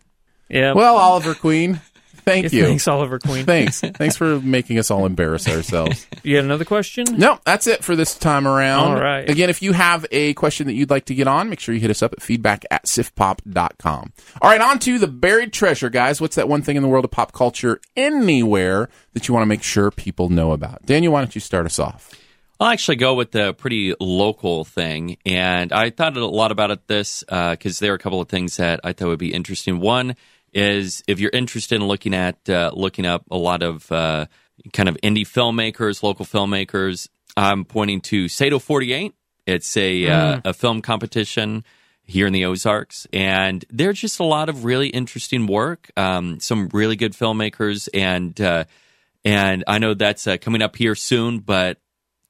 S3: Yeah.
S2: Well, Oliver Queen, thank you.
S3: Thanks, Oliver Queen.
S2: Thanks. Thanks for making us all embarrass
S3: [LAUGHS]
S2: ourselves.
S3: you had another question?
S2: No, that's it for this time around.
S3: All right.
S2: Again, if you have a question that you'd like to get on, make sure you hit us up at feedback at sifpop.com. All right, on to the buried treasure, guys. What's that one thing in the world of pop culture anywhere that you want to make sure people know about? Daniel, why don't you start us off?
S1: I'll actually go with a pretty local thing, and I thought a lot about it this because there are a couple of things that I thought would be interesting. One is if you're interested in looking at uh, looking up a lot of uh, kind of indie filmmakers, local filmmakers, I'm pointing to Sato 48. It's a uh, a film competition here in the Ozarks, and there's just a lot of really interesting work. Um, some really good filmmakers, and uh, and I know that's uh, coming up here soon, but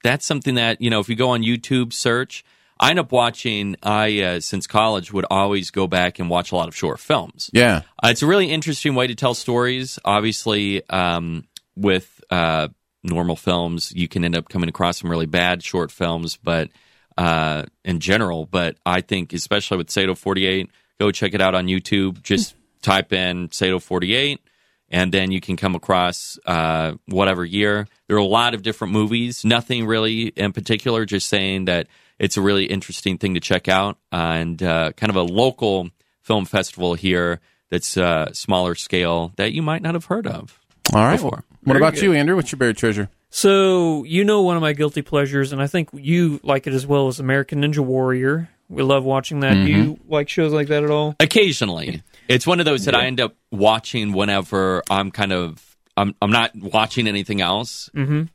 S1: that's something that you know if you go on youtube search i end up watching i uh, since college would always go back and watch a lot of short films
S2: Yeah.
S1: uh, it's a really interesting way to tell stories obviously um, with uh, normal films you can end up coming across some really bad short films but uh, in general but i think especially with sato 48 go check it out on youtube just type in sato 48 and then you can come across uh, whatever year. There are a lot of different movies, nothing really in particular, just saying that it's a really interesting thing to check out and uh, kind of a local film festival here that's uh, smaller scale that you might not have heard of.
S2: All right.
S1: Before.
S2: What about you, Andrew? What's your buried treasure?
S3: So you know one of my guilty pleasures, and I think you like it as well as American Ninja Warrior. We love watching that.
S2: Mm-hmm.
S3: Do you like shows like that at all?
S1: Occasionally, it's one of those that I end up watching whenever I'm kind of I'm I'm not watching anything else, mm-hmm. or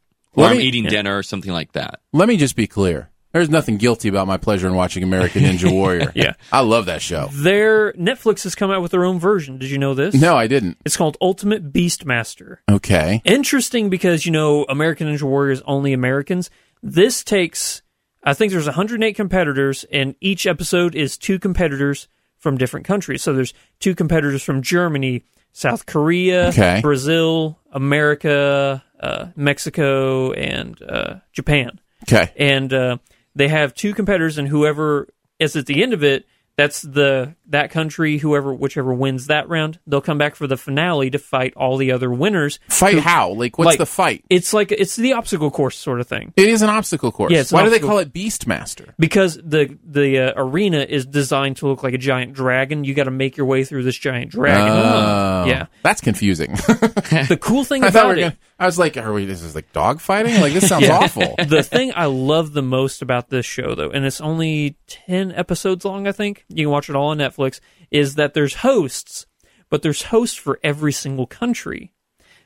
S2: Let
S1: I'm
S2: me-
S1: eating dinner or something like that.
S2: Let me just be clear. There's nothing guilty about my pleasure in watching American
S3: [LAUGHS]
S2: Ninja Warrior.
S3: Yeah.
S2: I love that show.
S3: Their Netflix has come out with their own version. Did you know this?
S2: No, I didn't.
S3: It's called Ultimate Beastmaster.
S2: Okay.
S3: interesting because you know American Ninja Warriors only Americans. This takes I think there's 108 competitors and each episode is two competitors from different countries. So there's two competitors from Germany, South Korea,
S2: Okay.
S3: Brazil, America, uh, Mexico, and uh, Japan
S2: Okay.
S3: and uh, they have two competitors, and whoever is at the end of it, That's the that country. Whoever, whichever wins that round, they'll come back for the finale to fight all the other winners.
S2: Fight how? Like, what's
S3: Like-
S2: the fight?
S3: It's like it's the obstacle course sort of thing
S2: It is an obstacle course.
S3: Yeah, it's an
S2: Why do they
S3: obstacle-
S2: call it Beastmaster?
S3: because the the uh, arena is designed to look like a giant dragon. You got to make your way through this giant dragon.
S2: Oh, [LAUGHS]
S3: yeah.
S2: that's confusing. I
S3: The cool thing
S2: thought we
S3: about
S2: were
S3: it.
S2: gonna, I was like, are we? This is like dog fighting. Like this
S3: [LAUGHS]
S2: sounds awful.
S3: the thing I love the most about this show, though, and it's only 10 episodes long, I think, you can watch it all on Netflix, is that there's hosts, but there's hosts for every single country.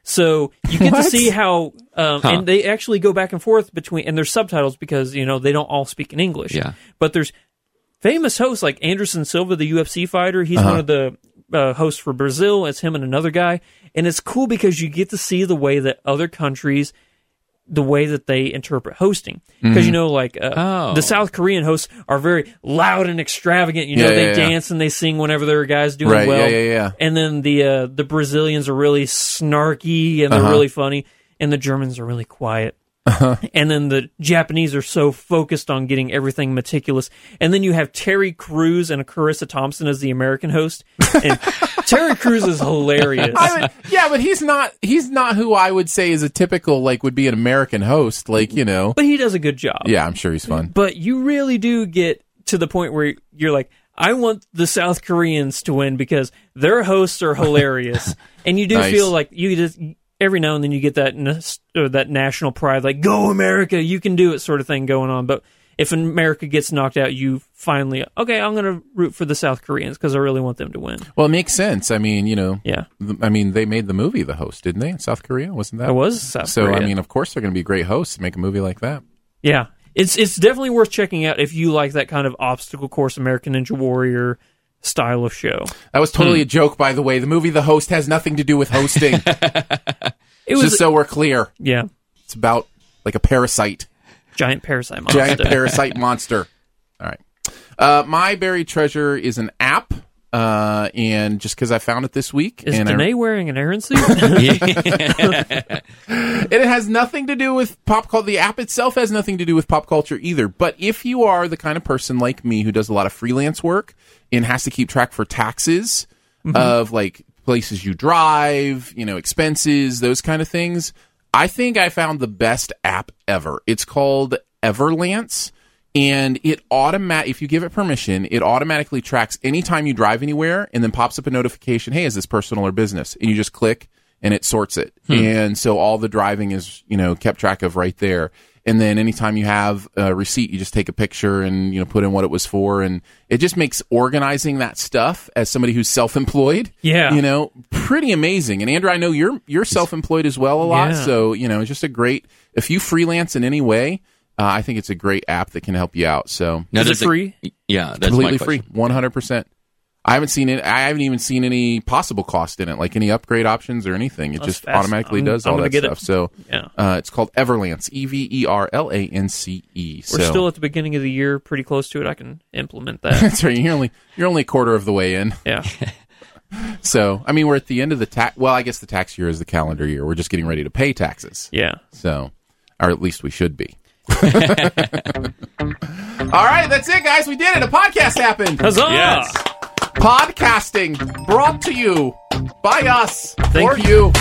S3: So you get to see how, um, and they actually go back and forth between, and there's subtitles because, you know, they don't all speak in English.
S1: Yeah.
S3: But there's famous hosts like Anderson Silva, the UFC fighter. He's one of the uh, hosts for Brazil. It's him and another guy, and it's cool because you get to see the way that other countries, the way that they interpret hosting. Because
S2: Mm-hmm.
S3: you know, like uh,
S1: Oh.
S3: the South Korean hosts are very loud and extravagant. You know,
S2: Yeah,
S3: they
S2: yeah, yeah.
S3: dance and they sing whenever their guys doing
S2: Right,
S3: well.
S2: yeah, yeah, yeah.
S3: And then the uh, the Brazilians are really snarky
S2: Uh-huh.
S3: and they're really funny, and the Germans are really quiet and then the Japanese are so focused on getting everything meticulous. And then you have Terry Crews and Carissa Thompson as the American host.
S2: [LAUGHS]
S3: And Terry Crews is hilarious.
S2: I would, yeah, but he's not. He's not who I would say is a typical like would be an American host. Like you know.
S3: But he does a good job.
S2: Yeah, I'm sure he's fun.
S3: But you really do get to the point where you're like, I want the South Koreans to win because their
S2: [LAUGHS]
S3: hosts are hilarious. and you do
S2: Nice.
S3: feel like you just every now and then you get that nas- or that national pride like go America, you can do it sort of thing going on, but if America gets knocked out, you finally okay. I'm going to root for the South Koreans because I really want them to win.
S2: Well, it makes sense. I mean, you know.
S3: Yeah,
S2: th- I mean, they made the movie The Host, didn't they? In South Korea, wasn't that?
S3: I was South
S2: So
S3: Korea.
S2: I mean, of course they're going to be great hosts to make a movie like that.
S3: yeah, it's it's definitely worth checking out if you like that kind of obstacle course American Ninja Warrior style of show.
S2: That was totally
S3: Hmm.
S2: a joke, by the way. The movie The Host has nothing to do with
S3: [LAUGHS]
S2: hosting.
S3: It was
S2: just so we're clear,
S3: yeah.
S2: it's about like a parasite,
S3: giant parasite [LAUGHS] monster.
S2: giant parasite monster. All right. Uh, my buried treasure is an app, uh, and just because I found it this week,
S3: Is
S2: and I-
S3: Danae wearing an
S2: [LAUGHS]
S3: Aaron suit?
S2: And it has nothing to do with pop culture. The app itself has nothing to do with pop culture either. But if you are the kind of person like me who does a lot of freelance work and has to keep track for taxes of like places you drive, you know, expenses, those kind of things, I think I found the best app ever. It's called Everlance. And it automat if you give it permission, it automatically tracks anytime you drive anywhere and then pops up a notification, hey, is this personal or business? And you just click and it sorts it.
S3: Hmm.
S2: And so all the driving is, you know, kept track of right there. And then anytime you have a receipt, you just take a picture and, you know, put in what it was for. And it just makes organizing that stuff as somebody who's self employed.
S3: Yeah.
S2: You know, pretty amazing. And Andrew, I know you're, you're self employed as well a lot.
S3: Yeah.
S2: So, you know, it's just a great, if you freelance in any way, uh, I think it's a great app that can help you out. So
S1: Now,
S3: Is it
S1: does
S3: free?
S1: yeah, that's
S2: completely
S1: my question.
S2: free, one hundred percent. I haven't seen it. I haven't even seen any possible cost in it, like any upgrade options or anything. It
S3: That's
S2: just
S3: fast.
S2: automatically
S3: I'm-
S2: does
S3: I'm
S2: all
S3: gonna
S2: that
S3: get it.
S2: stuff. So
S3: Yeah.
S2: uh, it's called Everlance, E V E R L A N C E.
S3: We're
S2: So
S3: still at the beginning of the year, pretty close to it. I can implement
S2: [LAUGHS]
S3: that.
S2: that's right. You're only you're only a quarter of the way in.
S3: Yeah.
S2: So I mean, we're at the end of the tax. Well, I guess the tax year is the calendar year. We're just getting ready to pay taxes.
S3: Yeah.
S2: So, or at least we should [LAUGHS] be. all right, that's it, guys. We did it. A podcast happened.
S3: Huzzah!
S1: Yes.
S2: podcasting brought to you by us
S3: Thank
S2: for you.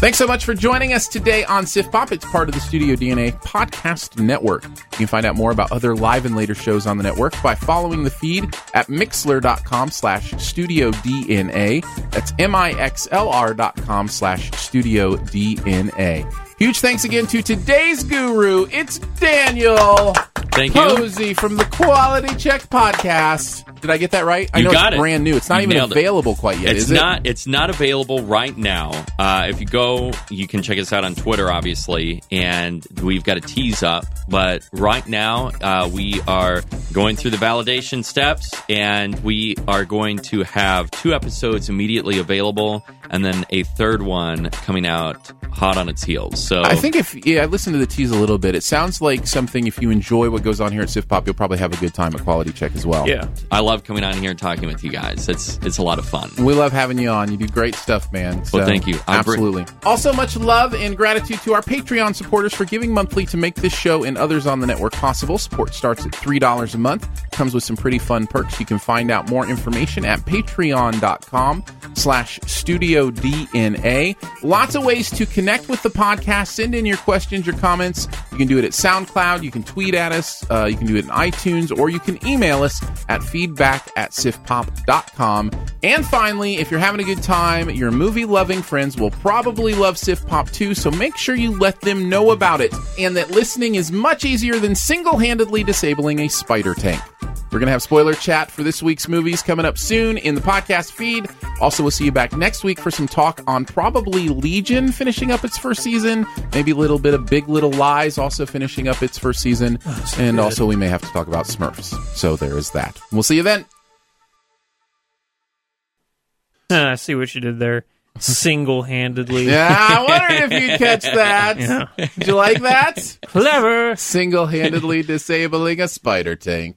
S2: Thanks so much for joining us today on Sif Pop. It's part of the Studio DNA Podcast Network. You can find out more about other live and later shows on the network by following the feed at mixler.com slash studio DNA. That's M-I-X-L-R dot com slash studio DNA. Huge thanks again to today's guru. It's Daniel.
S1: Thank you.
S2: Posey from the Quality Check Podcast. Did I get that right? I
S1: You
S2: know
S1: got
S2: it's
S1: it.
S2: brand new. It's not
S1: You
S2: even
S1: nailed it.
S2: available quite yet,
S1: it's
S2: is it?
S1: not. It's not available right now. Uh, if you go, you can check us out on Twitter, obviously, and we've got a tease up. But right now, uh, we are going through the validation steps, and we are going to have two episodes immediately available, and then a third one coming out hot on its heels. So
S2: I think if yeah, I listened to the tease a little bit. It sounds like something. If you enjoy what goes on here at Sif Pop, you'll probably have a good time at Quality Check as well.
S3: Yeah. [LAUGHS]
S1: I love coming on here and talking with you guys. It's it's a lot of fun.
S2: We love having you on. You do great stuff, man. So,
S1: Well, thank you. I br-
S2: absolutely. also, much love and gratitude to our Patreon supporters for giving monthly to make this show and others on the network possible. Support starts at $3 a month. comes with some pretty fun perks. You can find out more information at patreon.com slash studio DNA. Lots of ways to connect with the podcast. Send in your questions, your comments. You can do it at SoundCloud. You can tweet at us. Uh, you can do it in iTunes, or you can email us at feedback at sifpop.com. And finally, if you're having a good time, your movie loving friends will probably love Sif Pop too, so make sure you let them know about it and that listening is much easier than single handedly disabling a spider tank. We're going to have spoiler chat for this week's movies coming up soon in the podcast feed. Also, we'll see you back next week for some talk on probably Legion finishing up its first season, maybe a little bit of Big Little Lies also finishing up its first season, and also we may have to talk about Smurfs. So there is that. We'll see you then.
S3: Ah, I see what you
S2: [LAUGHS]
S3: did there. Single handedly.
S2: Yeah, I wondered if you'd catch that. Did you like that?
S3: Clever.
S2: Single handedly disabling a spider tank.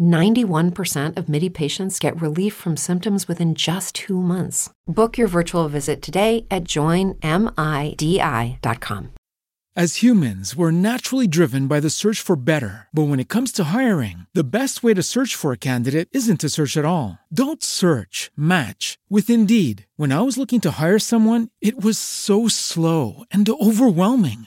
S6: 91% of MIDI patients get relief from symptoms within just two months. Book your virtual visit today at joinmidi.com.
S7: As humans, we're naturally driven by the search for better. But when it comes to hiring, the best way to search for a candidate isn't to search at all. Don't search, match with Indeed. When I was looking to hire someone, it was so slow and overwhelming.